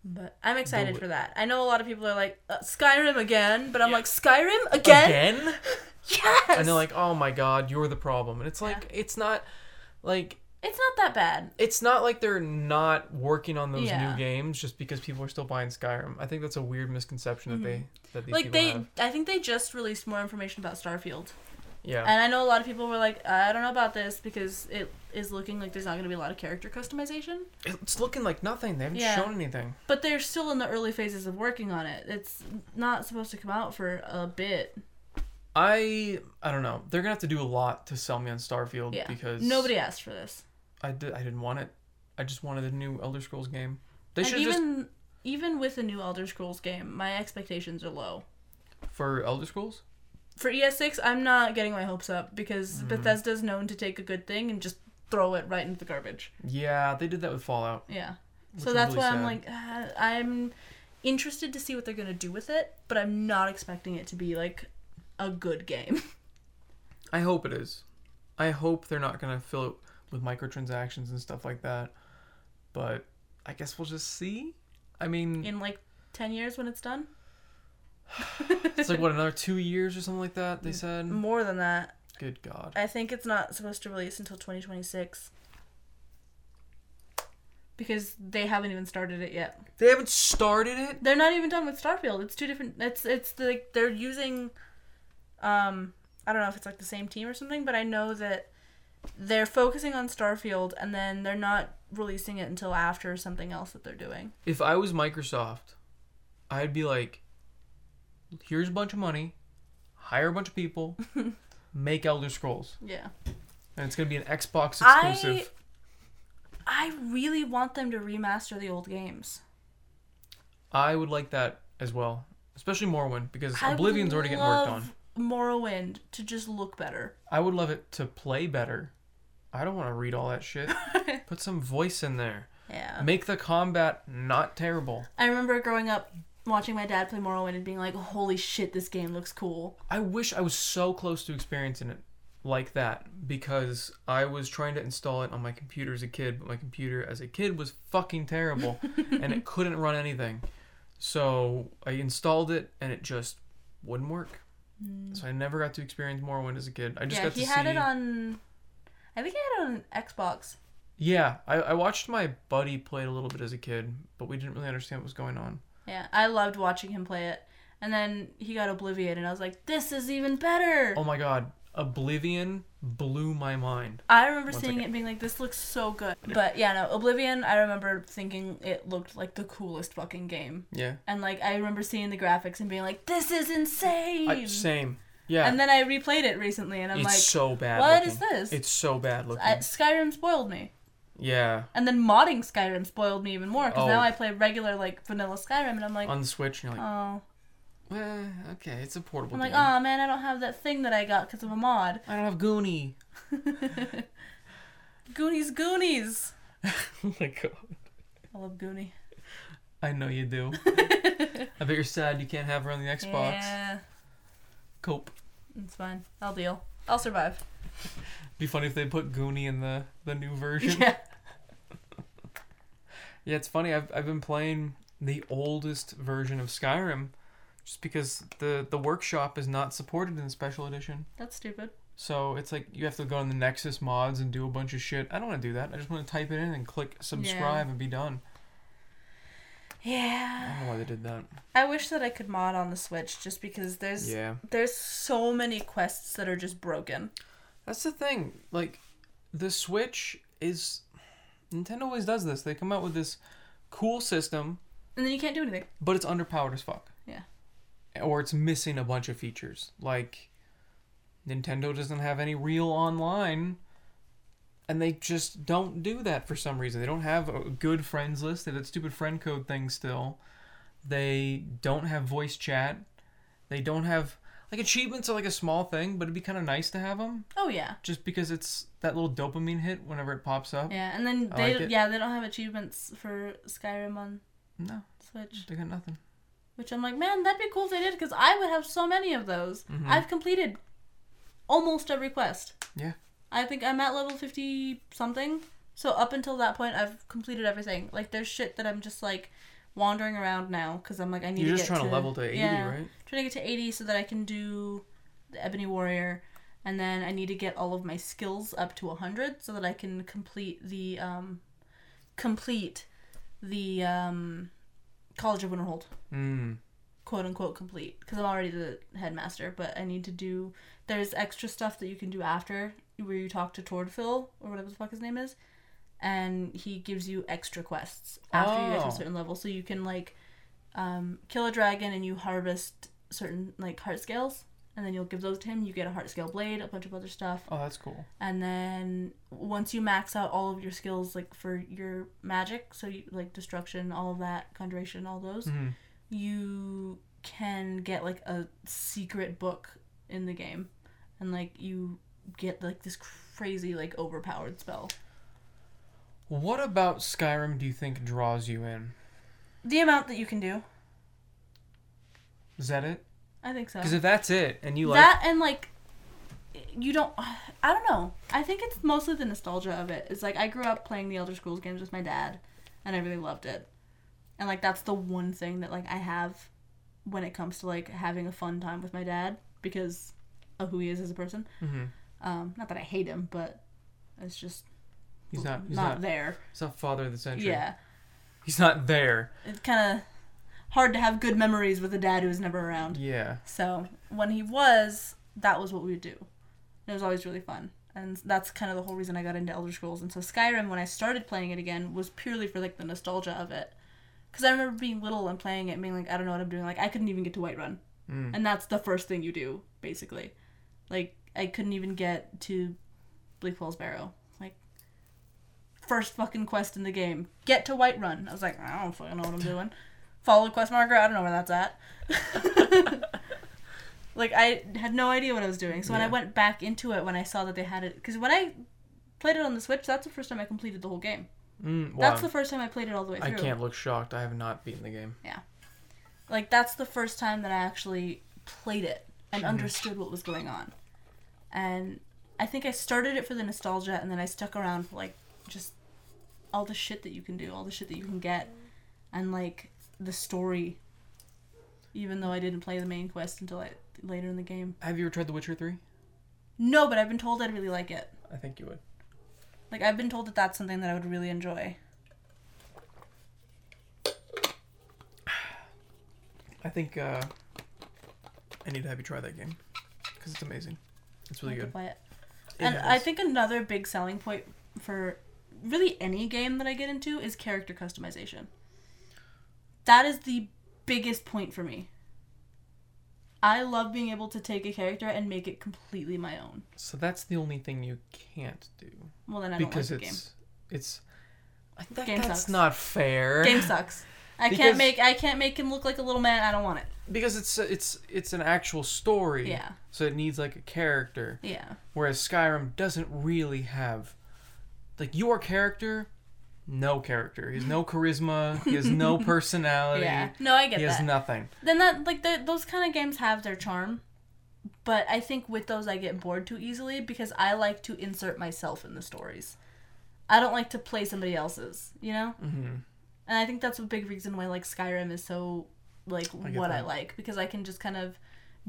B: But I'm excited
A: it.
B: for that. I know a lot of people are like uh, Skyrim again, but I'm like Skyrim again.
A: Again?
B: Yes.
A: And they're like, "Oh my god, you're the problem." And it's
B: Yeah.
A: like, it's not like
B: it's not that bad.
A: it's not like they're not working on those
B: Yeah.
A: new games just because people are still buying Skyrim. I think that's a weird misconception that they that these
B: Mm-hmm. Like
A: people
B: they,
A: have.
B: I think they just released more information about Starfield,
A: Yeah.
B: and I know a lot of people were like, I don't know about this because it is looking like there's not going to be a lot of character customization.
A: It's looking like nothing. They haven't
B: Yeah.
A: shown anything.
B: But they're still in the early phases of working on it. It's not supposed to come out for a bit.
A: I I don't know. They're gonna have to do a lot to sell me on Starfield
B: Yeah.
A: because
B: Nobody asked for this.
A: I did. I didn't want it. I just wanted a new Elder Scrolls game. They
B: And
A: should just
B: even even with the new Elder Scrolls game, my expectations are low.
A: for Elder Scrolls.
B: For ES6, I'm not getting my hopes up because
A: Mm-hmm.
B: Bethesda's known to take a good thing and just throw it right into the garbage.
A: Yeah, they did that with Fallout.
B: Yeah.
A: Which
B: so
A: is
B: that's
A: really
B: why I'm
A: sad.
B: like uh, I'm interested to see what they're going to do with it, but I'm not expecting it to be like a good game.
A: I hope it is. I hope they're not gonna fill it with microtransactions and stuff like that. But I guess we'll just see. I mean,
B: In like 10 years when it's done?
A: it's like what another two years or something like that. They said.
B: More than that.
A: Good God.
B: Mm. I think it's not supposed to release until 2026. Because they haven't even started it yet.
A: They haven't started it.
B: They're not even done with Starfield. It's two different. It's it's the, like they're using. Um, I don't know if it's like the same team or something, but I know that they're focusing on Starfield and then they're not releasing it until after something else that they're doing.
A: If I was Microsoft, I'd be like, here's a bunch of money, hire a bunch of people, make Elder Scrolls.
B: Yeah.
A: And it's going to be an Xbox
B: I-
A: exclusive.
B: I really want them to remaster the old games.
A: I, would like that as well, especially Morrowind, because
B: I would
A: Oblivion's already getting worked
B: love
A: on.
B: Morrowind to just look better.
A: I would love it to play better. I don't want to read all that shit. Put some voice in there.
B: Yeah.
A: Make the combat not terrible.
B: I remember growing up watching my dad play Morrowind and being like, "Holy shit, this game looks cool."
A: I wish I was so close to experiencing it like that because I was trying to install it on my computer as a kid, but my computer as a kid was fucking terrible and it couldn't run anything. So I installed it and it just wouldn't work. So I never got to experience Morrowind as a kid. I just
B: Hmm. yeah,
A: got to
B: he had
A: see.
B: it on. I think he had it on Xbox.
A: yeah, I, I watched my buddy play it a little bit as a kid, but we didn't really understand what was going on.
B: Yeah, I loved watching him play it. And then he got Obliviate, and I was like, "This is even better."
A: Oh my god, Oblivion blew my mind.
B: I remember
A: One
B: seeing
A: second.
B: it, being like, "This looks so good." But yeah, no, Oblivion. I remember thinking it looked like the coolest fucking game,
A: Yeah.
B: and like I remember seeing the graphics and being like, "This is insane."
A: I, same. Yeah.
B: and then I replayed it recently, and I'm
A: it's
B: like,
A: so bad.
B: "What
A: looking.
B: is this?"
A: It's so bad looking.
B: I, Skyrim spoiled me.
A: yeah,
B: And then modding Skyrim spoiled me even more because
A: Oh.
B: now I play regular like vanilla Skyrim and I'm like,
A: on the Switch, and you're like,
B: oh,
A: well, okay, it's a portable
B: I'm
A: game.
B: like, oh man, I don't have that thing that I got because of a mod.
A: I don't have Goonie.
B: Goonies, Goonies.
A: oh my god.
B: I love Goonie.
A: I know you do. I bet you're sad you can't have her on the Xbox.
B: Yeah,
A: Cope.
B: it's fine. I'll deal. I'll survive.
A: Be funny if they put Goonie in the the new version.
B: yeah.
A: Yeah, it's funny. I've I've been playing the oldest version of Skyrim, just because the the workshop is not supported in the special edition.
B: That's stupid.
A: So it's like you have to go on the Nexus mods and do a bunch of shit. I don't want to do that. I just want to type it in and click subscribe and be done. I
B: Yeah.
A: don't know why they did that.
B: I wish that I could mod on the Switch just because there's
A: Yeah.
B: there's so many quests that are just broken.
A: That's the thing. Like, the Switch is. Nintendo always does this. They come out with this cool system,
B: And then you can't do anything.
A: but it's underpowered as fuck.
B: Yeah.
A: Or it's missing a bunch of features. Like, Nintendo doesn't have any real online, and they just don't do that for some reason. They don't have a good friends list. They have that stupid friend code thing still. They don't have voice chat. They don't have. like, like achievements are like a small thing, but it'd be kind of nice to have them
B: Oh yeah.
A: just because it's that little dopamine hit whenever it pops up.
B: Yeah, and then
A: I
B: they
A: like it.
B: yeah they don't have achievements for Skyrim on
A: No,
B: Switch,
A: they got nothing.
B: which I'm like, man, that'd be cool if they did because I would have so many of those.
A: Mhm.
B: I've completed almost every quest.
A: Yeah.
B: I think I'm at level fifty something. So up until that point, I've completed everything. Like there's shit that I'm just like wandering around now because I'm like I need.
A: You're
B: to
A: just
B: get
A: trying to level to 80,
B: yeah.
A: right?
B: trying to get to 80 so that I can do the Ebony Warrior. And then I need to get all of my skills up to 100 so that I can complete the um complete the um College of Winterhold,
A: Mm.
B: quote unquote complete because I'm already the headmaster, but I need to do there's extra stuff that you can do after where you talk to Tordfil or whatever the fuck his name is and he gives you extra quests after you get to
A: Oh.
B: a certain level so you can like um, kill a dragon and you harvest certain like heart scales and then you'll give those to him you get a heart scale blade a bunch of other stuff
A: Oh, that's cool.
B: and then once you max out all of your skills like for your magic so you like destruction all of that conjuration all those
A: Mhm.
B: you can get like a secret book in the game and like you get like this crazy like overpowered spell
A: What about Skyrim do you think draws you in?
B: the amount that you can do
A: Is that it?
B: i think so
A: Because if that's it, and you like,
B: Uh, that and like you don't i don't know i think it's mostly the nostalgia of it it's like i grew up playing the elder scrolls games with my dad and i really loved it and like that's the one thing that like i have when it comes to like having a fun time with my dad because of who he is as a person
A: Mhm.
B: um not that i hate him but it's just
A: he's not, he's
B: not,
A: not,
B: there
A: he's not father of the century.
B: yeah
A: He's not there.
B: it's kind of hard to have good memories with a dad who's never around
A: Yeah.
B: So when he was, that was what we would do. And it was always really fun. And that's kind of the whole reason I got into Elder Scrolls. And so Skyrim, when I started playing it again, was purely for like the nostalgia of it. Because I remember being little and playing it, and being like, I don't know what I'm doing. Like I couldn't even get to Whiterun,
A: Mm.
B: and that's the first thing you do basically. Like I couldn't even get to Bleak Falls Barrow. Like first fucking quest in the game, get to Whiterun. I was like, I don't fucking know what I'm doing. Follow quest marker. I don't know where that's at. like I had no idea what I was doing. So when I
A: Yeah.
B: went back into it, when I saw that they had it, because when I played it on the Switch, that's the first time I completed the whole game.
A: Mm, wow.
B: That's the first time I played it all the way
A: I
B: through.
A: can't look shocked. I have not beaten the game.
B: Like that's the first time that I actually played it and
A: Mm-hmm.
B: understood what was going on. And I think I started it for the nostalgia, and then I stuck around for like just all the shit that you can do, all the shit that you can get, and like the story. Even though I didn't play the main quest until I, later in the game.
A: Have you ever tried The Witcher 3?
B: No, but I've been told I'd really like it.
A: I think you would.
B: Like I've been told that that's something that I would really enjoy.
A: I think uh, I need to have you try that game because it's amazing. It's really
B: I have to
A: good.
B: play it.
A: It
B: and
A: is.
B: I think another big selling point for really any game that I get into is character customization. That is the biggest point for me. I love being able to take a character and make it completely my own.
A: so that's the only thing you can't do
B: Well, then I don't
A: because
B: like the game.
A: it's it's I that,
B: Game
A: that's
B: sucks.
A: not fair.
B: Game sucks. I
A: Because-
B: can't make I can't make him look like a little man. I don't want it.
A: because it's it's it's an actual story.
B: Yeah.
A: So it needs like a character,
B: Yeah.
A: whereas Skyrim doesn't really have like your character. No character. He has no charisma. He has no personality.
B: Yeah. No, I get
A: He has
B: that.
A: nothing.
B: then that like the, those kind of games have their charm but i think with those i get bored too easily because i like to insert myself in the stories i don't like to play somebody else's you know
A: Mhm.
B: and i think that's a big reason why like skyrim is so like
A: I get
B: what i
A: that.
B: like because i can just kind of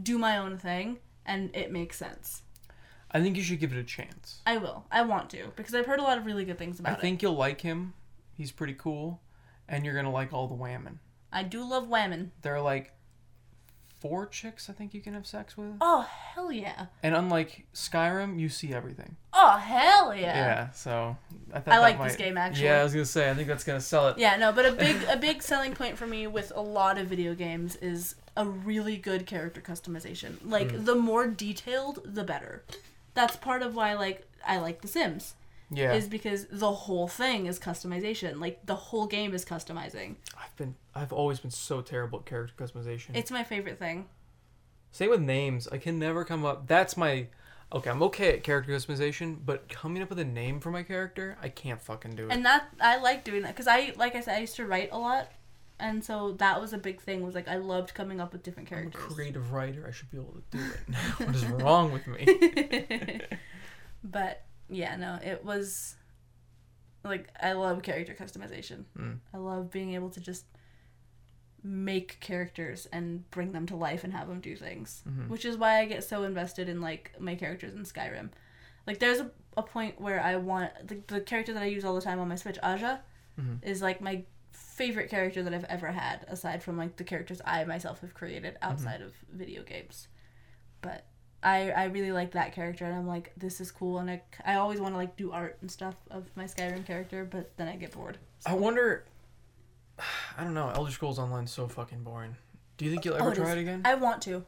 B: do my own thing and it makes sense
A: I think you should give it a chance.
B: i will i want to because i've heard a lot of really good things
A: I
B: about it
A: think you'll like him. He's pretty cool, and you're gonna like all the women.
B: i do love women
A: There are like four chicks I think you can have sex with,
B: oh hell yeah
A: and unlike Skyrim, you see everything.
B: oh hell yeah
A: so I thought
B: I
A: that
B: like
A: might...
B: this game, actually.
A: Yeah, I was gonna say I think that's gonna sell it.
B: Yeah, no, but a big a big selling point for me with a lot of video games is a really good character customization. Like
A: Mm.
B: the more detailed, the better. That's part of why like I like The Sims
A: Yeah,
B: is because the whole thing is customization. Like the whole game is
A: Mm.
B: customizing.
A: I've been I've always been so terrible at character customization.
B: It's my favorite thing.
A: Same with names. I can never come up. That's my. Okay, I'm okay at character customization, but coming up with a name for my character, I can't fucking do it.
B: and that I like doing that because I like I said I used to write a lot, and so that was a big thing. Was like I loved coming up with different
A: I'm a
B: characters.
A: creative writer. I should be able to do it. what is wrong with me?
B: but yeah, no, it was like I love character customization.
A: Mm.
B: I love being able to just make characters and bring them to life and have them do things, which is why I get so invested in like my characters in Skyrim. Like there's a, a point where I want the, the character that I use all the time on my Switch, Aja,
A: Mhm.
B: is like my favorite character that I've ever had aside from like the characters I myself have created outside of video games. But I, I really like that character and I'm like this is cool and I, I always want to like do art and stuff of my Skyrim character but then I get bored.
A: I wonder. I don't know. Elder Scrolls Online's so fucking boring. Do you think you'll ever
B: Oh, it
A: try
B: is.
A: it again?
B: I want to,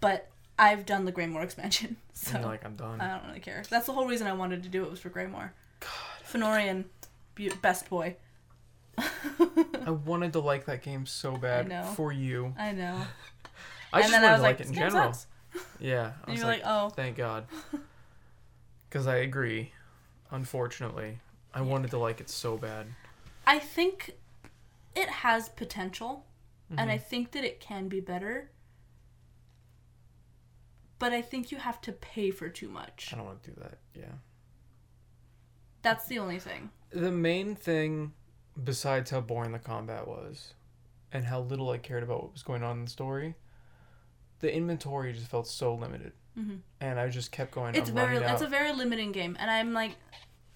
B: but I've done the Greymore expansion,
A: And
B: so Uh.
A: you're like, I'm done.
B: I don't really care. That's the whole reason I wanted to do it was for Greymore. God, Fenorian, be- best boy.
A: I wanted to like that game so bad
B: know.
A: for you.
B: I know.
A: I just
B: and then
A: wanted
B: I was
A: to
B: like,
A: like, it in
B: "This game
A: general.
B: sucks."
A: Yeah. I
B: And
A: was
B: you're like, oh,
A: Thank God. Because I agree. Unfortunately, I wanted to like it so bad.
B: I think it has potential, and
A: Mm-hmm.
B: I think that it can be better. But I think you have to pay for too much.
A: I don't want to do that. Yeah.
B: That's the only thing.
A: The main thing, besides how boring the combat was and how little I cared about what was going on in the story, the inventory just felt so limited.
B: Mhm.
A: And I just kept going.
B: It's
A: I'm
B: very
A: running out.
B: it's a very limiting game, and I'm like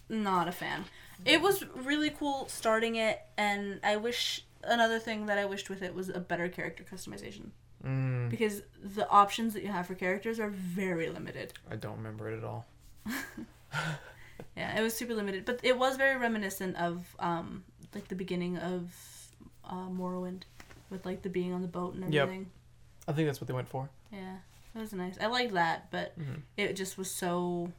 B: not a fan. It was really cool starting it, and I wish another thing that I wished with it was a better character customization
A: mm,
B: because the options that you have for characters are very limited.
A: I don't remember it at all.
B: Yeah, it was super limited, but it was very reminiscent of um like the beginning of uh, Morrowind with like the being on the boat and
A: Yep.
B: everything.
A: I think that's what they went for.
B: Yeah, that was nice. I liked that, but
A: Mhm.
B: it just was so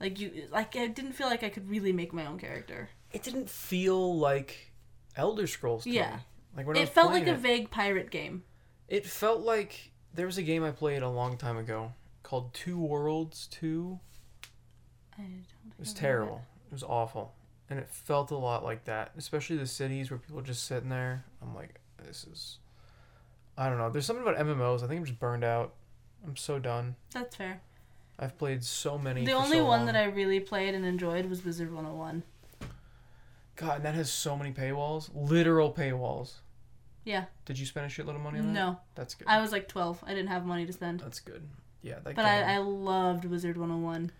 B: like you like I didn't feel like I could really make my own character.
A: It didn't feel like Elder Scrolls. To
B: Yeah.
A: Me. Like when I
B: It
A: was
B: felt
A: playing
B: like a
A: it,
B: vague pirate game.
A: It felt like there was a game I played a long time ago called Two Worlds 2.
B: I don't
A: It was
B: remember
A: terrible. It was awful. And it felt a lot like that, especially the cities where people are just sitting there. I'm like, this is. I don't know. There's something about MMOs. I think I'm just burned out. I'm so done.
B: it. That's fair.
A: I've played so many.
B: The
A: for
B: only
A: so
B: one
A: long.
B: that I really played and enjoyed was Wizard 101.
A: God, and that has so many paywalls. Literal paywalls.
B: Yeah.
A: Did you spend a shitload of money on that?
B: No.
A: That's good.
B: I was like 12. I didn't have money to spend.
A: That's good. Yeah, that
B: But
A: game.
B: I, I loved Wizard 101.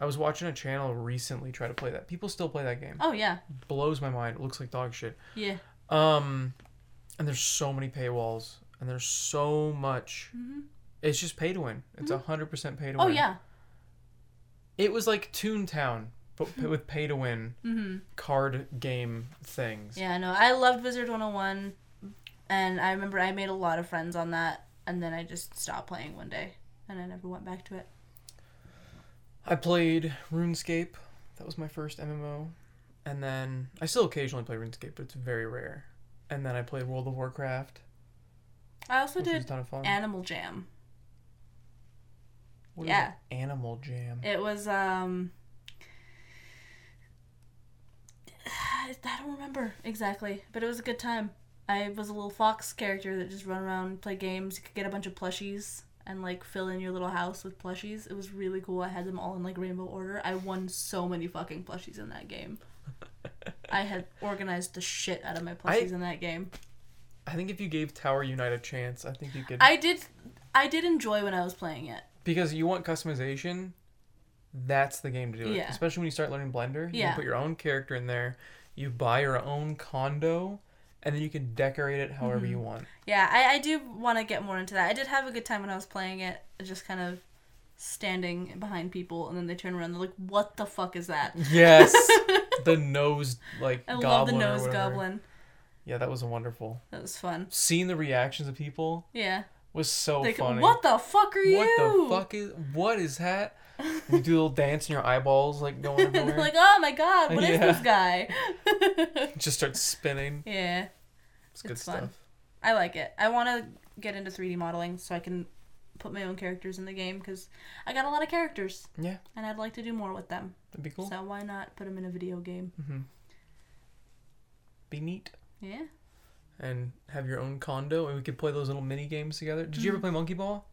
A: I was watching a channel recently try to play that. People still play that game.
B: Oh, yeah.
A: blows my mind. It looks like dog shit.
B: Yeah.
A: Um, and there's so many paywalls, and there's so much.
B: hmm
A: It's just pay to win. It's a hundred percent pay to win.
B: Oh, yeah.
A: It was like Toontown, but p- with pay to win
B: hmm
A: card game things.
B: Yeah, no, I loved Wizard 101. And I remember I made a lot of friends on that. And then I just stopped playing one day. And I never went back to it.
A: I played RuneScape. That was my first MMO, and then I still occasionally play RuneScape, but it's very rare. And then I played World of Warcraft,
B: I also
A: which was a
B: did
A: ton of fun.
B: Animal Jam.
A: What is
B: yeah.
A: Animal Jam.
B: It was um I don't remember exactly, but it was a good time. I was a little fox character that just run around, play games. You could get a bunch of plushies and like fill in your little house with plushies. It was really cool. I had them all in like rainbow order. I won so many fucking plushies in that game. I had organized the shit out of my plushies in that game.
A: I think if you gave Tower Unite a chance, I think you could.
B: I did I did enjoy when I was playing it.
A: because you want customization that's the game to do it
B: Yeah.
A: especially when you start learning blender you
B: Yeah.
A: can put your own character in there you buy your own condo and then you can decorate it however
B: Mm-hmm.
A: you want
B: Yeah, I, I do want to get more into that. I did have a good time when I was playing it, just kind of standing behind people, and then they turn around. They're like, "What the fuck is that?"
A: yes the nose like
B: I
A: goblin
B: love the
A: or
B: nose
A: whatever.
B: goblin.
A: yeah that was wonderful
B: That was fun.
A: seeing the reactions of people
B: Yeah,
A: was so
B: like,
A: funny
B: "What the fuck are
A: What
B: you?"
A: the fuck is what is that you do a little dance and your eyeballs like going
B: and
A: everywhere
B: they're like, "Oh my god, what is
A: Yeah.
B: this guy?"
A: just start spinning
B: yeah,
A: it's good
B: it's fun.
A: stuff
B: I like it. I want to get into 3D modeling so I can put my own characters in the game because I got a lot of characters
A: Yeah,
B: and I'd like to do more with them.
A: that'd be cool.
B: So why not put them in a video game?
A: hmm Be neat.
B: Yeah.
A: And have your own condo, and we could play those little mini games together. Did you ever play Monkey Ball?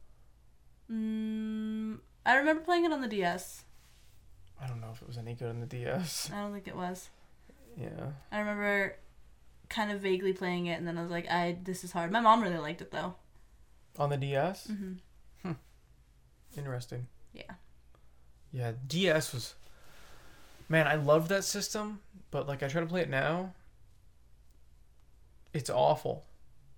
B: Mm, I remember playing it on the DS.
A: I don't know if it was any good on the DS.
B: I don't think it was.
A: Yeah.
B: I remember kind of vaguely playing it and then I was like, I this is hard. My mom really liked it though.
A: On the DS?
B: Mm-hmm.
A: Mm. Interesting.
B: Yeah.
A: Yeah, DS was. Man, I loved that system, but like I try to play it now. It's awful.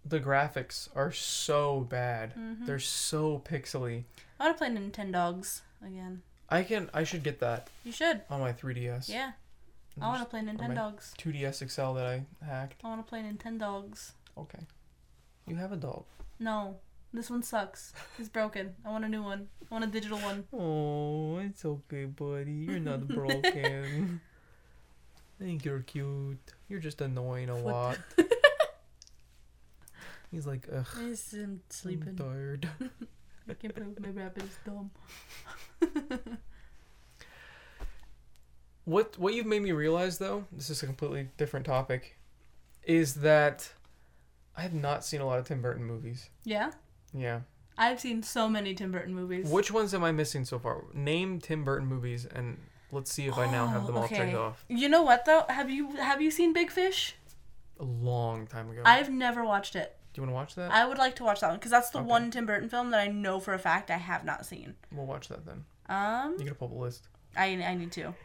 A: The graphics are so bad.
B: Mhm.
A: They're so pixely.
B: I want to play Nintendogs again.
A: I can. I should get that
B: You should.
A: on my 3DS.
B: Yeah.
A: And
B: I want to
A: there's
B: play Nintendogs.
A: 2DS XL that I hacked.
B: I want to play Nintendogs.
A: Okay. You have a dog.
B: No. This one sucks. It's broken. I want a new one. I want a digital one.
A: Oh, it's okay, buddy. You're not broken. I think you're cute. You're just annoying a
B: Foot.
A: lot. He's like, ugh,
B: I'm
A: I'm
B: sleeping.
A: tired.
B: I can't believe my rabbit is dumb.
A: What what you've made me realize though, this is a completely different topic, is that I have not seen a lot of Tim Burton movies.
B: Yeah.
A: Yeah.
B: I've seen so many Tim Burton movies.
A: Which ones am I missing so far? Name Tim Burton movies and let's see if I now have
B: Oh,
A: them all
B: okay.
A: checked off.
B: You know what though? Have you have you seen Big Fish?
A: A long time ago.
B: I've never watched it.
A: Do you want to watch that?
B: I would like to watch that one because that's the
A: Okay.
B: one Tim Burton film that I know for a fact I have not seen.
A: We'll watch that then.
B: Um,
A: You gotta pull up a list.
B: I I need to.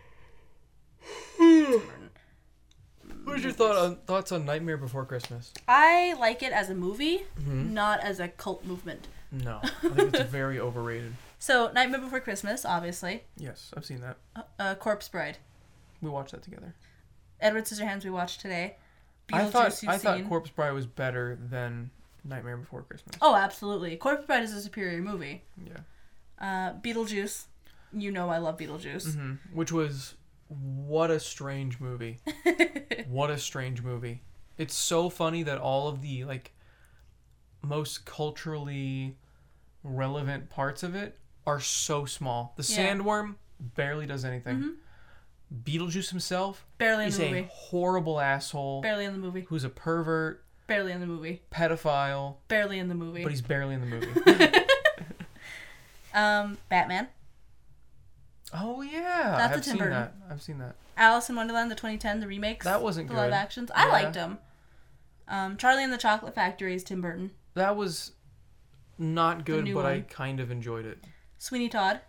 A: Hmm. What was your thought on, thoughts on Nightmare Before Christmas?
B: I like it as a movie,
A: Mhm.
B: not as a cult movement.
A: No, I think it's very overrated.
B: So Nightmare Before Christmas, obviously.
A: Yes, I've seen that.
B: Uh, uh, Corpse Bride.
A: We watched that together.
B: Edward Scissorhands we watched today.
A: I thought
B: Beetlejuice you've
A: I thought
B: seen.
A: Corpse Bride was better than Nightmare Before Christmas.
B: oh, absolutely. Corpse Bride is a superior movie.
A: Yeah,
B: Uh, Beetlejuice. You know I love Beetlejuice.
A: hmm which was what a strange movie. what a strange movie. It's so funny that all of the like most culturally relevant parts of it are so small. The
B: Yeah. Mm-hmm.
A: sandworm barely does anything. Beetlejuice himself
B: Barely in
A: He's
B: the
A: a
B: movie.
A: horrible asshole
B: Barely in the movie.
A: who's a pervert,
B: Barely in the movie.
A: pedophile,
B: Barely in the movie.
A: but he's barely in the movie.
B: Um, Batman.
A: oh yeah,
B: That's a
A: I've
B: Tim
A: seen
B: Burton.
A: that. I've seen that.
B: Alice in Wonderland, the 2010, the remakes.
A: That wasn't
B: the
A: good.
B: live actions. I
A: Yeah.
B: liked them. Um, Charlie and the Chocolate Factory is Tim Burton.
A: That was not good,
B: new
A: but I
B: one.
A: kind of enjoyed it.
B: Sweeney Todd.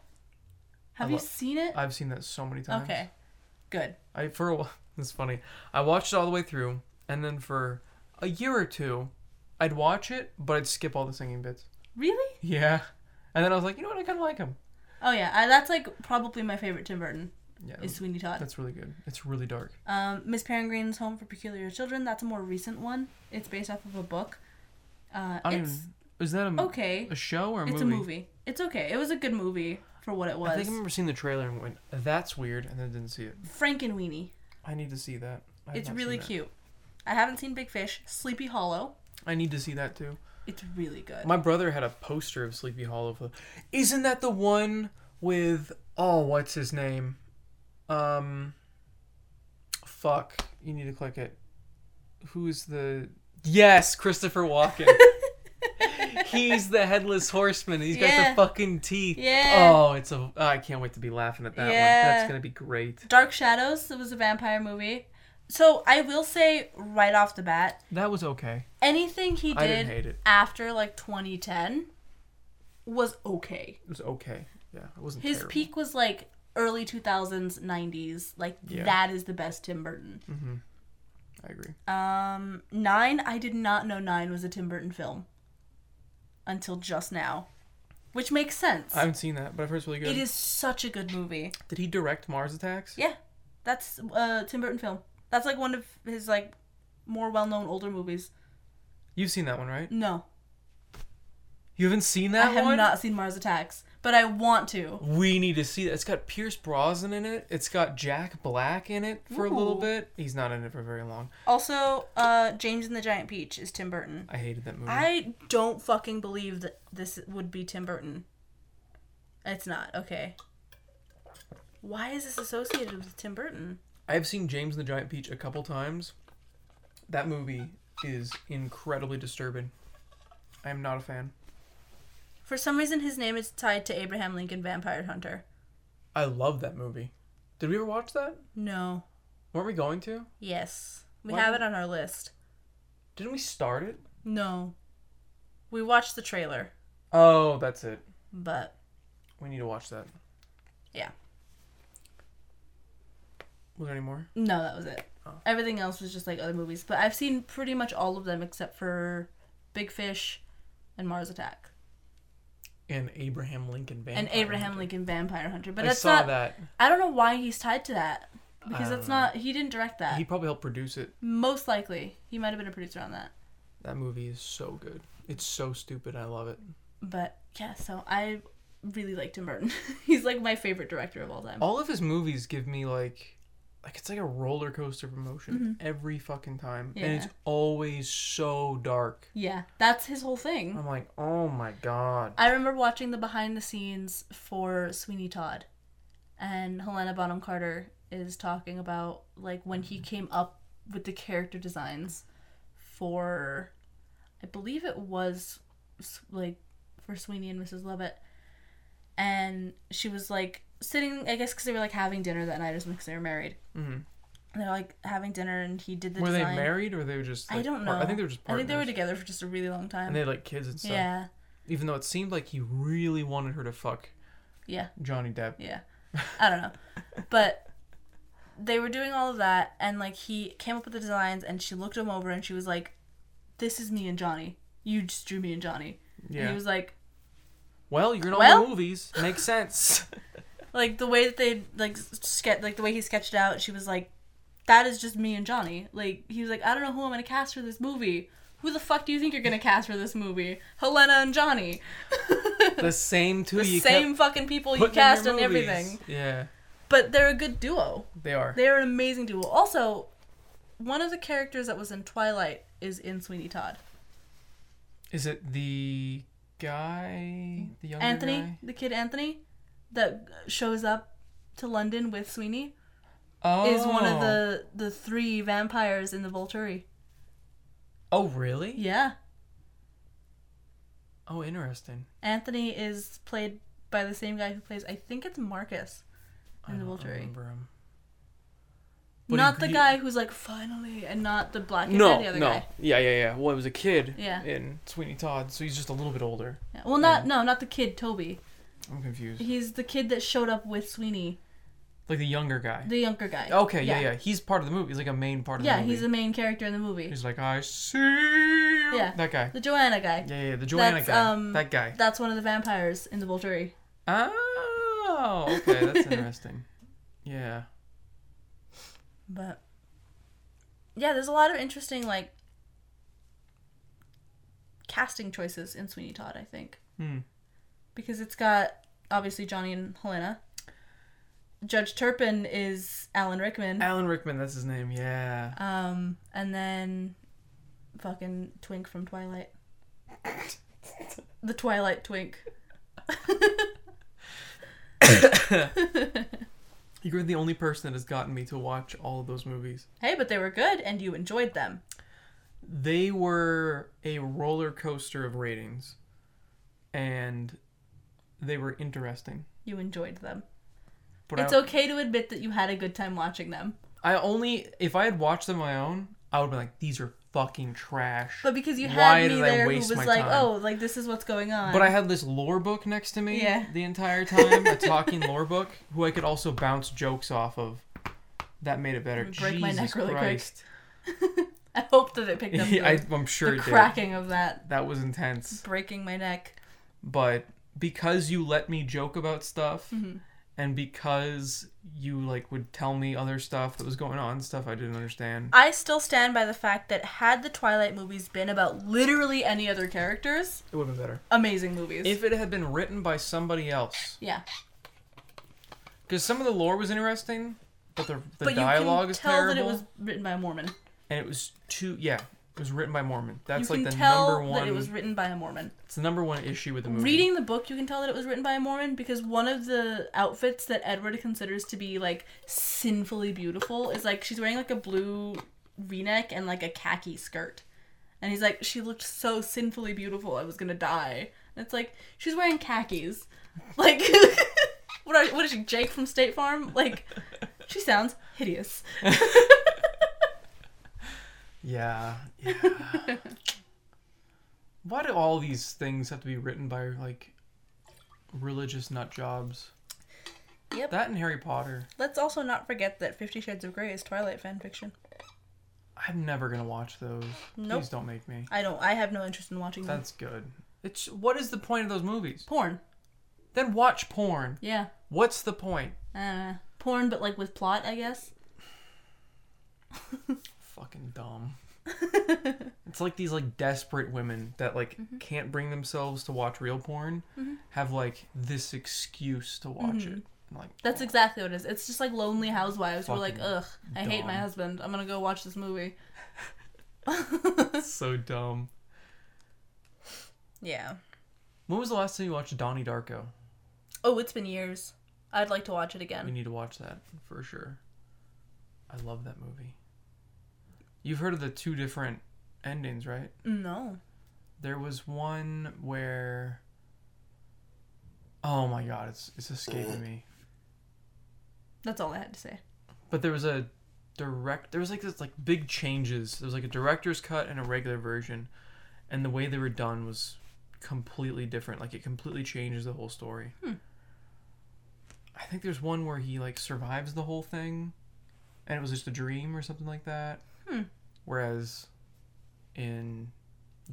B: Have
A: I
B: you
A: lo-
B: seen it?
A: I've seen that so many times.
B: Okay, good.
A: I for a while. It's funny. I watched it all the way through, and then for a year or two, I'd watch it, but I'd skip all the singing bits.
B: Really?
A: Yeah, and then I was like, you know what? I kind of like him.
B: Oh yeah, I, that's like probably my favorite Tim Burton
A: Yeah,
B: is Sweeney Todd.
A: Oh, that's really good. It's really dark.
B: Um, Miss Peregrine's Home for Peculiar Children. That's a more recent one. It's based off of a book. Uh,
A: I don't
B: it's
A: even. Is that a,
B: okay.
A: a show or a
B: It's a movie. It's okay. It was a good movie for what it was.
A: I think I remember seeing the trailer and went, "That's weird," and then didn't see it.
B: Frank and Weenie.
A: I need to see that. I have
B: It's
A: not
B: really
A: seen that.
B: cute. I haven't seen Big Fish. Sleepy Hollow.
A: I need to see that too.
B: It's really good.
A: My brother had a poster of Sleepy Hollow. For, isn't that the one with oh, what's his name? Um, fuck. You need to click it. Who's the? Yes, Christopher Walken. He's the headless horseman. He's got
B: Yeah.
A: the fucking teeth.
B: Yeah.
A: Oh, it's a. oh, I can't wait to be laughing at that one.
B: Yeah.
A: That's gonna be great.
B: Dark Shadows. It was a vampire movie. So I will say right off the bat,
A: That was okay.
B: anything he
A: I didn't
B: did
A: hate it.
B: after like 2010 was okay.
A: It was okay. Yeah, it wasn't.
B: His
A: terrible.
B: peak was like early 2000s, 90s. Like
A: Yeah. Mm-hmm.
B: that is the best Tim Burton.
A: I agree.
B: Um, Nine. I did not know Nine was a Tim Burton film until just now, which makes sense.
A: I haven't seen that, but I've heard it's really good.
B: It is such a good movie.
A: Did he direct Mars Attacks?
B: Yeah, that's uh Tim Burton film. That's like one of his like more well-known older movies.
A: You've seen that one, right?
B: No,
A: You haven't seen that
B: I have
A: one?
B: not seen Mars Attacks, but I want to.
A: We need to see that. It's got Pierce Brosnan in it. It's got Jack Black in it for a little
B: Ooh.
A: bit. He's not in it for very long.
B: Also, uh, James and the Giant Peach is Tim Burton.
A: I hated that movie.
B: I don't fucking believe that this would be Tim Burton. It's not. Okay. Why is this associated with Tim Burton?
A: I've seen James and the Giant Peach a couple times. That movie is incredibly disturbing. I am not a fan.
B: For some reason, his name is tied to Abraham Lincoln Vampire Hunter.
A: I love that movie. Did we ever watch that?
B: No.
A: Weren't we going to?
B: Yes. We
A: Why
B: have
A: would-
B: it on our list.
A: Didn't we start it?
B: No. We watched the trailer,
A: Oh, that's it.
B: but
A: We need to watch that.
B: Yeah.
A: Was there any more?
B: no, that was it.
A: Oh.
B: Everything else was just like other movies, but I've seen pretty much all of them except for Big Fish and Mars Attack
A: And Abraham Lincoln Vampire.
B: and Abraham
A: Hunter.
B: Lincoln Vampire Hunter. But
A: I
B: that's
A: saw
B: not.
A: that.
B: I don't know why he's tied to that because
A: I
B: that's
A: don't know.
B: not. He didn't direct that.
A: He probably helped produce it.
B: Most likely, he might have been a producer on that.
A: That movie is so good. It's so stupid. I love it.
B: But yeah, so I really like Tim Burton. he's like my favorite director of all time.
A: All of his movies give me like like it's like a roller coaster of emotion every fucking time. And it's
B: Mm-hmm. Yeah.
A: always so dark.
B: Yeah, that's his whole thing.
A: I'm like, "Oh my god."
B: I remember watching the behind the scenes for Sweeney Todd, and Helena Bonham Carter is talking about like when he came up with the character designs for, I believe it was s- like for Sweeney and Mrs. Lovett, and she was like sitting, I guess, because they were like having dinner that night or something because they were married.
A: Mhm.
B: And They're like having dinner, and he did the
A: were
B: design.
A: they married or they were just
B: I
A: like,
B: don't know.
A: par- I think they were just
B: I
A: partners.
B: think they were together for just a really long time.
A: and they had like kids and stuff.
B: yeah,
A: Even though it seemed like he really wanted her to fuck
B: yeah.
A: Johnny Depp.
B: Yeah. I don't know. But they were doing all of that and like he came up with the designs and she looked him over and she was like, This is me and Johnny. You just drew me and Johnny. And he
A: Yeah.
B: was like
A: Well, you're in all
B: Well-
A: the movies. Makes sense.
B: like the way that they like sketch like the way he sketched it out, she was like, That is just me and Johnny. Like he was like, I don't know who I'm gonna cast for this movie. Who the fuck do you think you're gonna cast for this movie? Helena and Johnny.
A: the same two
B: the
A: you kept
B: same fucking people you
A: putting in your
B: cast and
A: movies.
B: everything.
A: Yeah,
B: But they're a good duo.
A: they are.
B: They're an amazing duo. Also, one of the characters that was in Twilight is in Sweeney Todd.
A: Oh, Is it the guy, the younger
B: Anthony,
A: guy?
B: the kid Anthony, that shows up to London with Sweeney,
A: Oh,
B: is one of the the three vampires in the Volturi.
A: Oh, really?
B: Yeah,
A: Oh, interesting.
B: Anthony is played by the same guy who plays. I think it's Marcus.
A: I
B: In the
A: don't
B: Volturi.
A: remember him. But
B: not
A: he-
B: the guy who's like finally, and not the black and
A: No,
B: the other
A: no,
B: guy.
A: yeah, yeah, yeah. Well, it was a kid.
B: Yeah.
A: In Sweeney Todd, so he's just a little bit older.
B: Yeah. Well, not no, not the kid Toby.
A: I'm confused.
B: He's the kid that showed up with Sweeney,
A: Like the younger guy.
B: the younger guy.
A: Okay, yeah, yeah, He's part of the movie. He's like a main part of
B: Yeah,
A: the movie.
B: he's the main character in the movie.
A: He's like I see. You.
B: Yeah.
A: That guy.
B: The Joanna guy.
A: Yeah, yeah, yeah, the Joanna
B: That's,
A: guy.
B: um,
A: that guy.
B: That's one of the vampires in the Volturi.
A: Oh, okay, that's interesting. Yeah.
B: But yeah, there's a lot of interesting like casting choices in Sweeney Todd, I think,
A: Hmm.
B: because it's got obviously Johnny and Helena. Judge Turpin is Alan Rickman.
A: Alan Rickman, that's his name. Yeah.
B: Um, and then fucking Twink from Twilight. the Twilight Twink.
A: You're the only person that has gotten me to watch all of those movies.
B: Hey, but they were good and you enjoyed them.
A: They were a roller coaster of ratings, and they were interesting.
B: You enjoyed them.
A: But
B: It's
A: I,
B: okay to admit that you had a good time watching them.
A: I only if I had watched them on my own, I would have been like, these are fucking trash.
B: But because you had
A: Why
B: me
A: did I
B: there who
A: waste
B: was
A: my
B: like,
A: time?
B: oh, like this is what's going on.
A: But I had this lore book next to me
B: Yeah.
A: the entire time, a talking lore book, who I could also bounce jokes off of. That made it better.
B: I'm gonna break my neck
A: Jesus
B: really quick.
A: Christ.
B: I hope that it picked up the,
A: I, I'm sure
B: the
A: it did.
B: cracking of that,
A: That was intense.
B: breaking my neck. Mm-hmm.
A: But because you let me joke about stuff and because you like would tell me other stuff that was going on, stuff I didn't understand.
B: I still stand by the fact that had the Twilight movies been about literally any other characters,
A: It would have been better
B: amazing movies.
A: if it had been written by somebody else,
B: yeah,
A: because some of the lore was interesting, but the the
B: but
A: dialogue
B: you can
A: is
B: tell
A: terrible,
B: that it was written by a Mormon.
A: and it was too yeah. It was written by Mormon. That's
B: you
A: like
B: can
A: the
B: tell
A: number one.
B: that it was written by a Mormon.
A: It's the number one issue with the movie.
B: Reading the book, you can tell that it was written by a Mormon because one of the outfits that Edward considers to be like sinfully beautiful is like she's wearing like a blue v-neck and like a khaki skirt. And he's like, she looked so sinfully beautiful, I was gonna die. And it's like, she's wearing khakis. Like, what, are, what is she, Jake from State Farm? Like, she sounds hideous.
A: Yeah. yeah. Why do all these things have to be written by like religious nut jobs?
B: Yep.
A: That and Harry Potter.
B: Let's also not forget that Fifty Shades of Grey is Twilight fan fiction.
A: I'm never gonna watch those.
B: Nope. Mm.
A: Please don't make me.
B: I don't, I have no interest in watching them.
A: That's good. It's what is the point of those movies?
B: Porn.
A: Then watch porn.
B: Yeah.
A: What's the point?
B: Uh, porn, but like with plot, I guess.
A: Fucking dumb. it's like these like desperate women that like can't bring themselves to watch real porn have like this excuse to watch it. And, like
B: That's exactly what it is. It's just like Lonely Housewives. We're like,
A: Fucking
B: ugh, I hate my
A: dumb.
B: husband. I'm gonna go watch this movie.
A: so dumb.
B: Yeah.
A: When was the last time you watched Donnie Darko?
B: Oh, it's been years. I'd like to watch it
A: We
B: again.
A: need to watch that for sure. I love that movie. You've heard of the two different endings, right?
B: Mm, No.
A: There was one where Oh my god, it's it's escaping me.
B: That's all I had to say.
A: But there was a direct there was like this like big changes. There was like a director's cut and a regular version and the way they were done was completely different. Like it completely changes the whole story.
B: Hmm.
A: I think there's one where he like survives the whole thing and it was just a dream or something like that.
B: Hmm.
A: Whereas in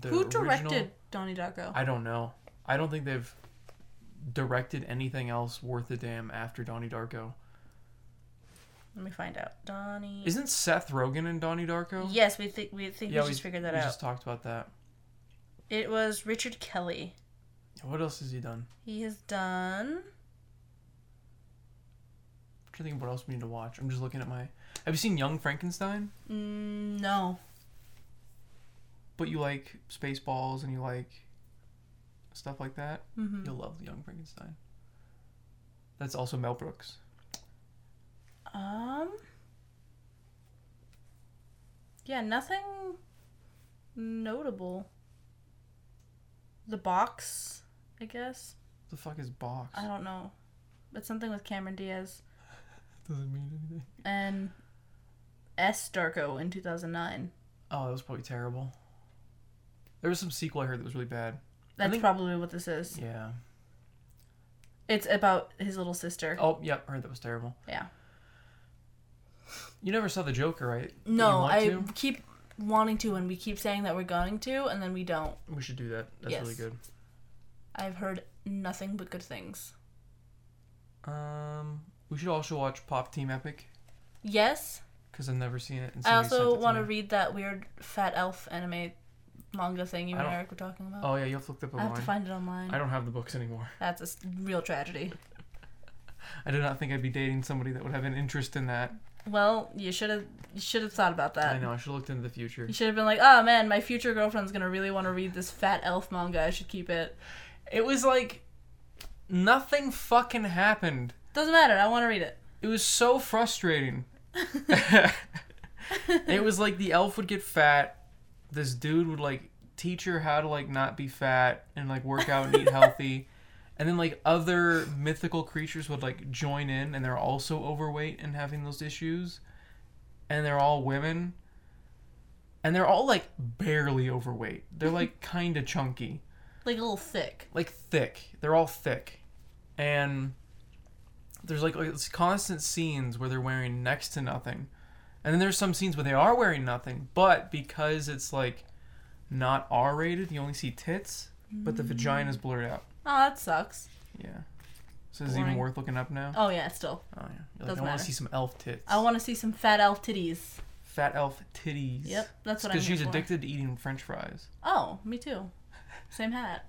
A: the
B: Who
A: original-
B: directed Donnie Darko?
A: I don't know. I don't think they've directed anything else worth a damn after Donnie Darko.
B: Let me find out. Donnie.
A: Isn't Seth Rogen in Donnie Darko?
B: Yes, we think we think we, just
A: we-
B: figured that
A: we
B: out.
A: just talked about that.
B: It was Richard Kelly.
A: What else has he done?
B: He has done.
A: I'm trying to think of what else we need to watch. I'm just looking at my. Have you seen Young Frankenstein?
B: Mm, no.
A: But you like Spaceballs and you like stuff like that.
B: hmm
A: You'll love Young Frankenstein. That's also Mel Brooks.
B: Um. Yeah, nothing notable. The box, I guess.
A: What the fuck is Box?
B: I don't know. It's something with Cameron Diaz
A: Doesn't mean anything.
B: and S. Darko in 2009.
A: Oh, that was probably terrible. There was some sequel I heard that was really bad.
B: That's
A: think-
B: probably what this is.
A: Yeah.
B: It's about his little sister.
A: Oh, yep, heard that was terrible.
B: Yeah.
A: You never saw the Joker, right? But you
B: No,
A: want
B: I
A: to?
B: keep wanting to, and we keep saying that we're going to, and then we don't.
A: We should do that. That's really
B: Yes.
A: good.
B: I've heard nothing but good things.
A: Um, we should also watch Pop Team Epic
B: Yes,
A: because I've never seen it. And
B: I
A: somebody sent
B: also
A: it
B: want to
A: me.
B: read that weird fat elf anime manga thing you
A: I
B: and
A: don't-
B: Eric were talking about.
A: Oh yeah, you have to look that up
B: I have
A: online.
B: to find it online.
A: I don't have the books anymore.
B: That's a s- real tragedy.
A: I did not think I'd be dating somebody that would have an interest in that.
B: Well, you should have you should have thought about that.
A: I know. I should have looked into the future.
B: You should have been like, oh man, my future girlfriend's gonna really want to read this fat elf manga. I should keep it.
A: It was like nothing fucking happened.
B: Doesn't matter. I want to read it.
A: It was so frustrating. it was like the elf would get fat. This dude would like teach her how to like not be fat and like work out and eat healthy. And then like other mythical creatures would like join in and they're also overweight and having those issues. And they're all women. And they're all like barely overweight. They're like kind of chunky
B: Like a little thick.
A: like thick. They're all thick, and there's like, like, it's constant scenes where they're wearing next to nothing, and then there's some scenes where they are wearing nothing, but because it's like not R
B: Mm.
A: rated, you only see tits, but the vagina's blurred out.
B: Oh, that sucks.
A: Yeah, So is it even
B: Boring.
A: worth looking up now?
B: Oh yeah, still.
A: Oh yeah. You're like, I
B: Doesn't
A: want
B: matter.
A: to see some elf tits.
B: I want to see some fat elf titties.
A: fat elf titties.
B: Yep, that's what I'm.
A: Because she's
B: here for.
A: addicted to eating French fries.
B: Oh, me too. Same hat.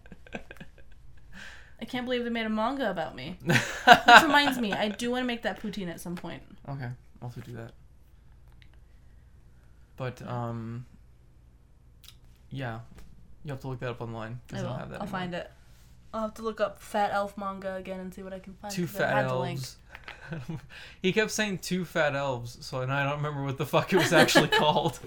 B: I can't believe they made a manga about me. Which reminds me, I do want to make that poutine at some point.
A: Okay, I'll have to do that. But um, yeah, you have to look that up online. 'cause
B: I
A: I
B: will.
A: don't have that.
B: I'll find it. I'll have to look up fat elf manga again and see what I can find.
A: Two
B: 'cause I don't
A: fat
B: have the link.
A: elves. he kept saying two fat elves, so and I don't remember what the fuck it was actually called.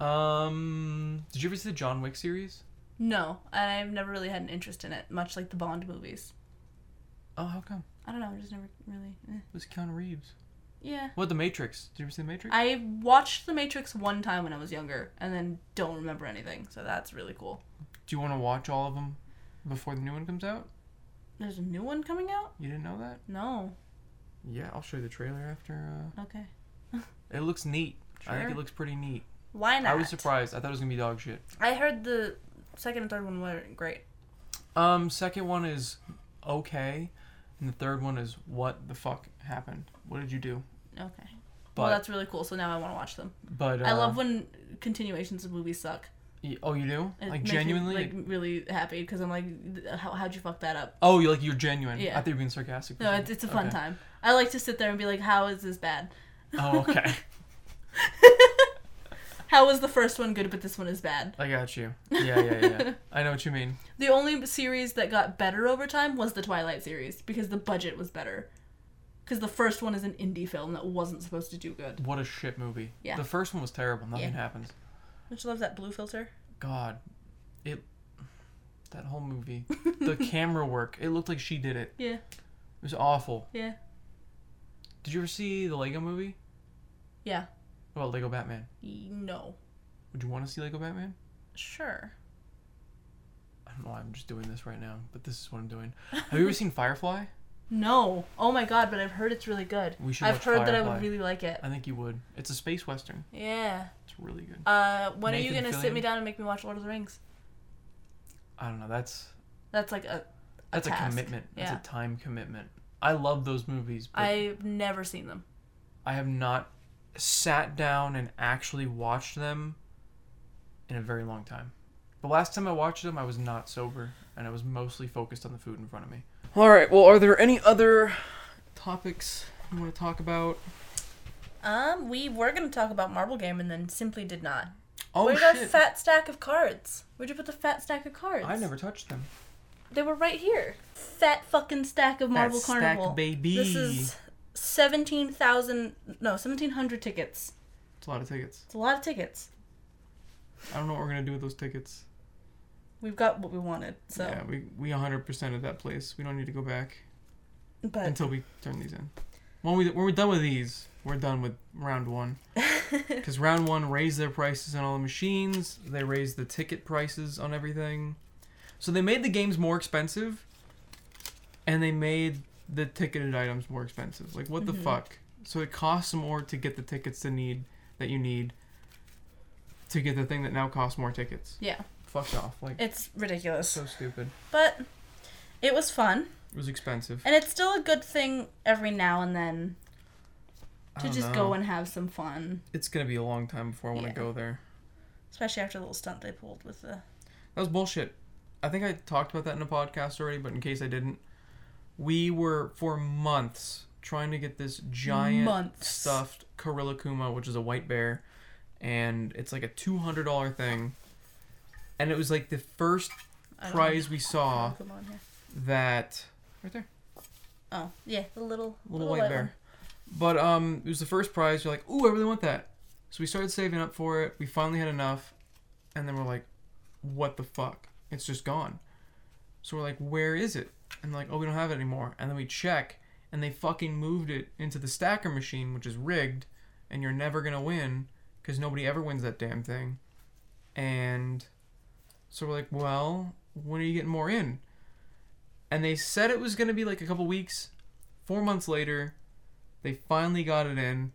A: Um, did you ever see the John Wick series?
B: No, I've never really had an interest in it, much like the Bond movies.
A: Oh, how come?
B: I don't know. I just never really. eh.
A: It was Keanu Reeves.
B: Yeah.
A: What the Matrix? Did you ever see the Matrix?
B: I watched The Matrix one time when I was younger, and then don't remember anything. So that's really cool.
A: Do you want to watch all of them before the new one comes out?
B: There's a new one coming out.
A: You didn't know that?
B: No.
A: Yeah, I'll show you the trailer after.
B: Okay.
A: Uh... It looks neat. I think
B: Sure.
A: it looks pretty neat.
B: Why not?
A: I was surprised. I thought it was gonna be dog shit.
B: I heard the second and third one weren't great.
A: Um, second one is okay, and the third one is what the fuck happened? What did you do?
B: Okay.
A: But
B: well, that's really cool. So now I want to watch them.
A: but uh,
B: I love when continuations of movies suck.
A: y- oh, you do
B: It
A: like
B: makes me,
A: genuinely.
B: like really happy because I'm like, how how'd you fuck that up?
A: Oh, you like you're genuine.
B: Yeah.
A: I thought you were being sarcastic. for
B: No,
A: a
B: it's,
A: second.
B: it's a fun
A: Okay.
B: time. I like to sit there and be like, how is this bad?
A: Oh, okay.
B: How was the first one good, but this one is bad?
A: I got you. Yeah, yeah, yeah. I know what you mean.
B: The only series that got better over time was the Twilight series because the budget was better. Because the first one is an indie film that wasn't supposed to do good.
A: What a shit movie.
B: Yeah.
A: The first one was terrible. Nothing
B: Yeah.
A: happens.
B: Don't you love that blue filter?
A: God, it. That whole movie, the camera work. It looked like she did it.
B: Yeah,
A: It was awful.
B: yeah,
A: Did you ever see the Lego movie?
B: yeah.
A: What about Lego Batman?
B: Y- No.
A: Would you want to see Lego Batman?
B: Sure.
A: I don't know why I'm just doing this right now, but this is what I'm doing. Have you ever seen Firefly?
B: No. Oh my god, but I've heard it's really good.
A: We should
B: I've
A: watch
B: heard that I would
A: Firefly.
B: really like it.
A: I think you would. It's a space western.
B: Yeah.
A: It's really good.
B: Uh, when are you
A: Nathan
B: gonna sit me
A: Fillion?
B: down and make me watch Lord of the Rings?
A: I don't know. That's
B: That's like a.
A: that's a,
B: task.
A: commitment. That's
B: Yeah.
A: a time commitment. I love those movies, but I,
B: I've never seen them.
A: have not sat down and actually watched them in a very long time. The last time I watched them, I was not sober, and I was mostly focused on the food in front of me. All right. Well, are there any other topics you want to talk about?
B: Um, we were gonna talk about Marble Game and then simply did not.
A: Oh
B: Where'd our
A: shit!
B: fat stack of cards? Where'd you put the fat stack of cards?
A: I never touched them.
B: They were right here. Fat fucking stack of Marble
A: That
B: Carnival.
A: stack, baby.
B: This is seventeen thousand. No, seventeen hundred tickets.
A: It's a lot of tickets.
B: It's a lot of tickets.
A: I don't know what we're gonna do with those tickets.
B: We've got what we wanted. So,
A: Yeah, we we 100% at that place. We don't need to go back
B: but
A: until we turn these in. When we when we're done with these, we're done with round one. Because round one raised their prices on all the machines. They raised the ticket prices on everything. So they made the games more expensive, and they made the ticketed items more expensive. Like what
B: Mm-hmm.
A: the fuck? So it costs more to get the tickets to need that you need to get the thing that now costs more tickets.
B: yeah,
A: Fucked off. Like
B: it's ridiculous.
A: so stupid.
B: But it was fun,
A: It was expensive.
B: and it's still a good thing every now and then
A: I
B: to
A: don't
B: just
A: know.
B: go and have some fun,
A: It's gonna be a long time before I want to
B: Yeah.
A: go there.
B: especially after the little stunt they pulled with the.
A: That was bullshit. I think I talked about that in a podcast already, but in case I didn't, we were for months trying to get this giant
B: Months.
A: stuffed Gorilla Kuma, which is a white bear, and it's like a two hundred dollar thing. And it was like the first
B: I don't
A: prize we saw
B: Come on here.
A: that right there.
B: Oh yeah, the little
A: little white, bear. But um, it was the first prize. You're like, ooh, I really want that. So we started saving up for it. We finally had enough, and then we're like, what the fuck? It's just gone. So we're like, where is it? And like, oh, we don't have it anymore. And then we check, and they fucking moved it into the stacker machine, which is rigged, and you're never gonna win because nobody ever wins that damn thing. And so we're like, well, when are you getting more in? And they said it was gonna be like a couple weeks. Four months later, they finally got it in,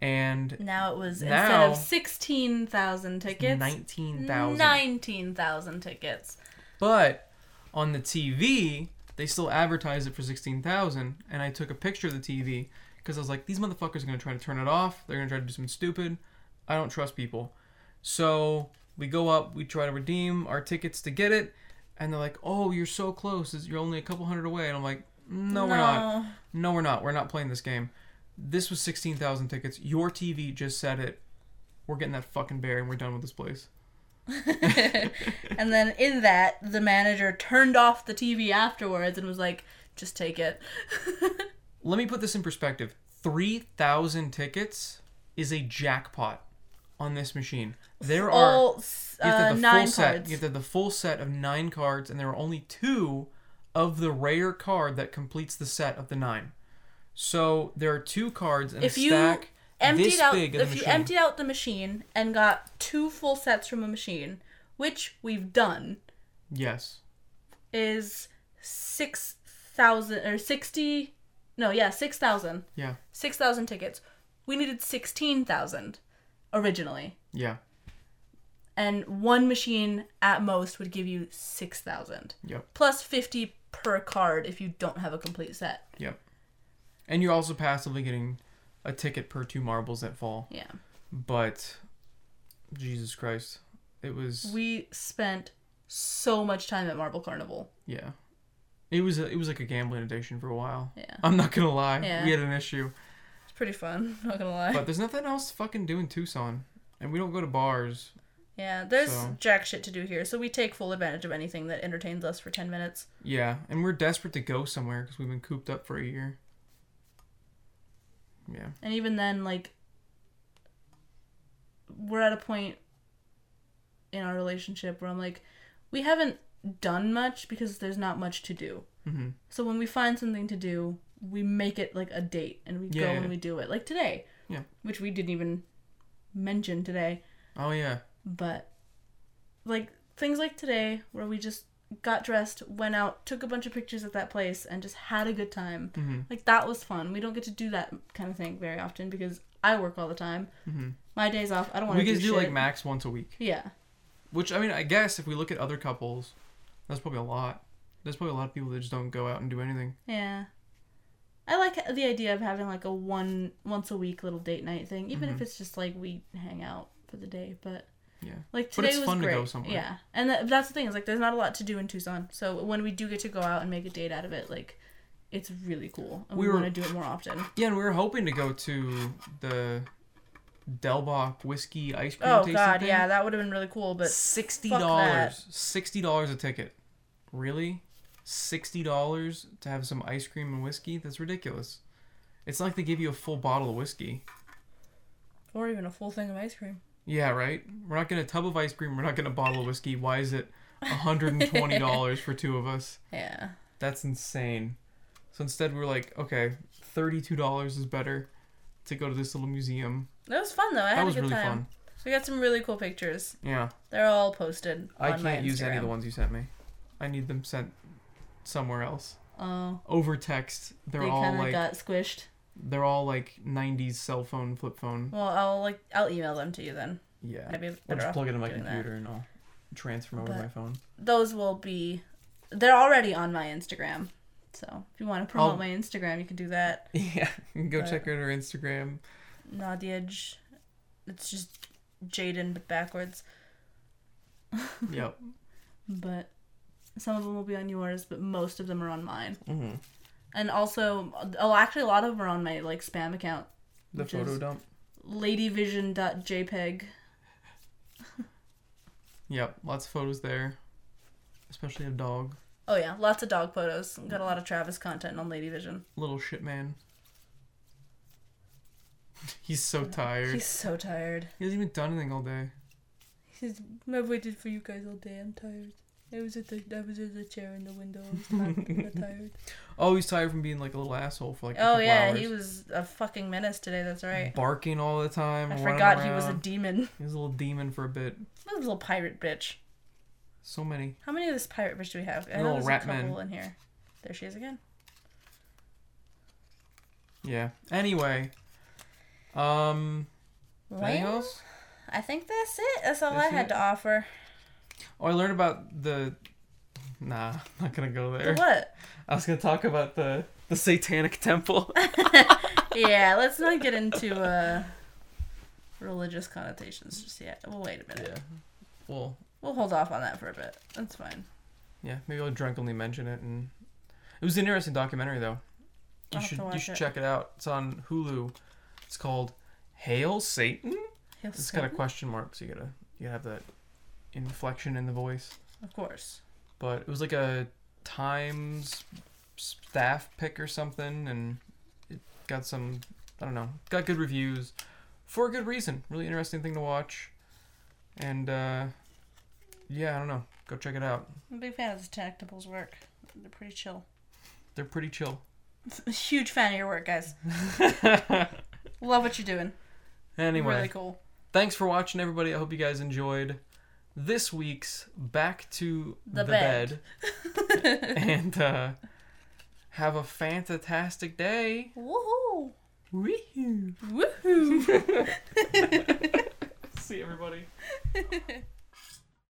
A: and
B: Now it was instead
A: Now-
B: of sixteen thousand tickets,
A: nineteen thousand.
B: nineteen thousand tickets.
A: But on the TV, They still advertised it for sixteen thousand, and I took a picture of the TV because I was like, these motherfuckers are gonna try to turn it off. They're gonna try to do something stupid. I don't trust people. So we go up, we try to redeem our tickets to get it, and they're like, "Oh, you're so close. You're only a couple hundred away." And I'm like, "Mm, "No, we're not. No, we're not. We're not playing this game. This was 16,000 tickets. Your TV just said it. We're getting that fucking bear and we're done with this place.
B: and then in that, the manager turned off the TV afterwards and was like, just take it.
A: Let me put this in perspective 3,000 tickets is a jackpot on this machine. There are.
B: All s-
A: You have to
B: uh,
A: have the
B: nine
A: full set.
B: cards.
A: You have to have the full set of nine cards, and there are only two of the rare card that completes the set of the nine. So there are two cards in
B: If
A: a
B: you
A: stack
B: emptied
A: this
B: out
A: big in
B: if
A: the
B: you
A: machine.
B: emptied out the machine and got two full sets from a machine, which we've done,
A: yes.
B: is six thousand or sixty no, yeah, six thousand.
A: Yeah.
B: Six thousand tickets. We needed sixteen thousand originally.
A: Yeah.
B: And one machine at most would give you six thousand.
A: Yep.
B: Plus fifty per card if you don't have a complete set.
A: Yep. And you're also passively getting a ticket per two marbles that fall.
B: Yeah.
A: But Jesus Christ. It was
B: We spent so much time at Marble Carnival.
A: yeah. It was a, it was like a gambling addiction for a while.
B: Yeah.
A: I'm not going to lie.
B: Yeah.
A: We had an issue.
B: It's pretty fun, not gonna lie.
A: But there's nothing else to fucking do in Tucson. And we don't go to bars.
B: Yeah, there's
A: So-
B: jack shit to do here, so we take full advantage of anything that entertains us for 10 minutes.
A: Yeah, and we're desperate to go somewhere cuz we've been cooped up for a year. Yeah.
B: And even then, like, we're at a point in our relationship where I'm like, we haven't done much because there's not much to do.
A: Mhm.
B: So when we find something to do, we make it like a date and we go
A: Yeah.
B: and we do it. Like today.
A: Yeah.
B: Which we didn't even mention today.
A: Oh yeah.
B: but like things like today where we just got dressed went out took a bunch of pictures at that place and just had a good time
A: Mhm.
B: like that was fun we don't get to do that kind of thing very often because i work all the time
A: Mhm.
B: my days off i don't want
A: We
B: to do,
A: get to do
B: shit.
A: like max once a week.
B: yeah
A: Which I mean, I guess if we look at other couples, that's probably a lot. There's probably a lot of people that just don't go out and do anything.
B: yeah i like the idea of having like a one once a week little date night thing even if it's just like we hang out for the day but
A: Mm-hmm. Yeah.
B: like
A: But
B: today
A: it's
B: was
A: fun to
B: great.
A: go somewhere.
B: Yeah, and tha- that's the thing is like there's not a lot to do in Tucson. So when we do get to go out and make a date out of it, like it's really cool, and we,
A: We were-
B: want to do it more often.
A: Yeah, and we were hoping to go to the Delbach whiskey ice cream
B: Oh
A: tasting
B: god,
A: thing.
B: yeah, that would have been really cool, but
A: Sixty
B: fuck that.
A: dollars. Sixty dollars a ticket. Really? Sixty dollars to have some ice cream and whiskey? That's ridiculous. It's not like they give you a full bottle of whiskey.
B: or even a full thing of ice cream.
A: Yeah, right? We're not getting a tub of ice cream, we're not getting a bottle of whiskey. Why is it $120 for two of us?
B: Yeah,
A: That's insane. So instead, we were like, okay, thirty-two dollars is better to go to this little museum.
B: that was fun though. I had
A: That was
B: a good
A: really
B: time.
A: fun.
B: We got some really cool pictures.
A: Yeah,
B: They're all posted.
A: I
B: on my
A: can't use any of the
B: Instagram.
A: ones you sent me. I need them sent somewhere else.
B: Oh,
A: Over text, they're
B: they
A: all
B: kind of
A: like
B: got squished.
A: they're all like '90s cell phone, flip phone.
B: Well, I'll like I'll email them to you then.
A: Yeah,
B: Maybe
A: I'll
B: better
A: just
B: off
A: plug it in my
B: doing that.
A: computer and I'll transfer over
B: But-
A: my phone.
B: Those will be. They're already on my Instagram. So if you want to promote
A: I'll-
B: my Instagram, you can do that.
A: Yeah, go
B: But-
A: check out her Instagram.
B: Not the edge. It's just Jaden, but backwards.
A: yep.
B: But some of them will be on yours, but most of them are on mine.
A: hmm
B: And also, oh, actually, a lot of them are on my like spam account,
A: The
B: Which
A: photo
B: is-
A: dump.
B: ladyvision.jpg.
A: Yep, lots of photos there, especially a dog,
B: Oh yeah, lots of dog photos. Got a lot of Travis content on Ladyvision.
A: little shit man. He's so tired.
B: He's so tired.
A: He hasn't even done anything all day.
B: He's. I've waited for you guys all day. I'm tired. I was at the I was at the chair in the window. I was tired. tired.
A: Oh, he's tired from being like a little asshole for like a
B: Oh
A: couple
B: yeah,
A: hours.
B: he was a fucking menace today. That's right.
A: barking all the time.
B: I
A: running
B: forgot he was a
A: around.
B: demon.
A: he was a little demon for a bit.
B: That was a little pirate bitch.
A: So many.
B: How many of this pirate bitch do we have? I
A: Little
B: know there's a
A: rat
B: couple
A: men.
B: in here. There she is again.
A: Yeah. Anyway. Um. Anything
B: Well,
A: else?
B: I think that's it. That's all I
A: That's
B: had
A: it.
B: to offer.
A: Oh, I learned about the Nah, not gonna go
B: The
A: there.
B: what?
A: I was gonna talk about the the Satanic Temple.
B: yeah, let's not get into uh, religious connotations just yet. Well, wait a minute.
A: yeah. Well,
B: We'll hold off on that for a bit. That's fine.
A: yeah. Maybe I'll drunkenly mention it. And it was an interesting documentary though. You
B: I'll have
A: should
B: to
A: you
B: watch
A: should
B: it.
A: check it out. It's on Hulu. It's called Hail Satan.
B: He'll
A: It's
B: sing.
A: got a question mark, so you gotta you gotta have that inflection in the voice.
B: Of course.
A: but it was like a Times staff pick or something, and it got some I don't know, got good reviews for a good reason. Really interesting thing to watch, and uh, yeah, I don't know. Go check it out.
B: I'm a big fan of the Tactical's work. They're pretty chill.
A: They're pretty chill.
B: Huge fan of your work, guys. Love what you're doing.
A: Anyway,
B: Really cool.
A: thanks for watching, everybody. I hope you guys enjoyed this week's Back to
B: The Bed.
A: Bed. and uh, have a fantastic day.
B: Woohoo!
A: Woohoo.
B: Woohoo!
A: See everybody.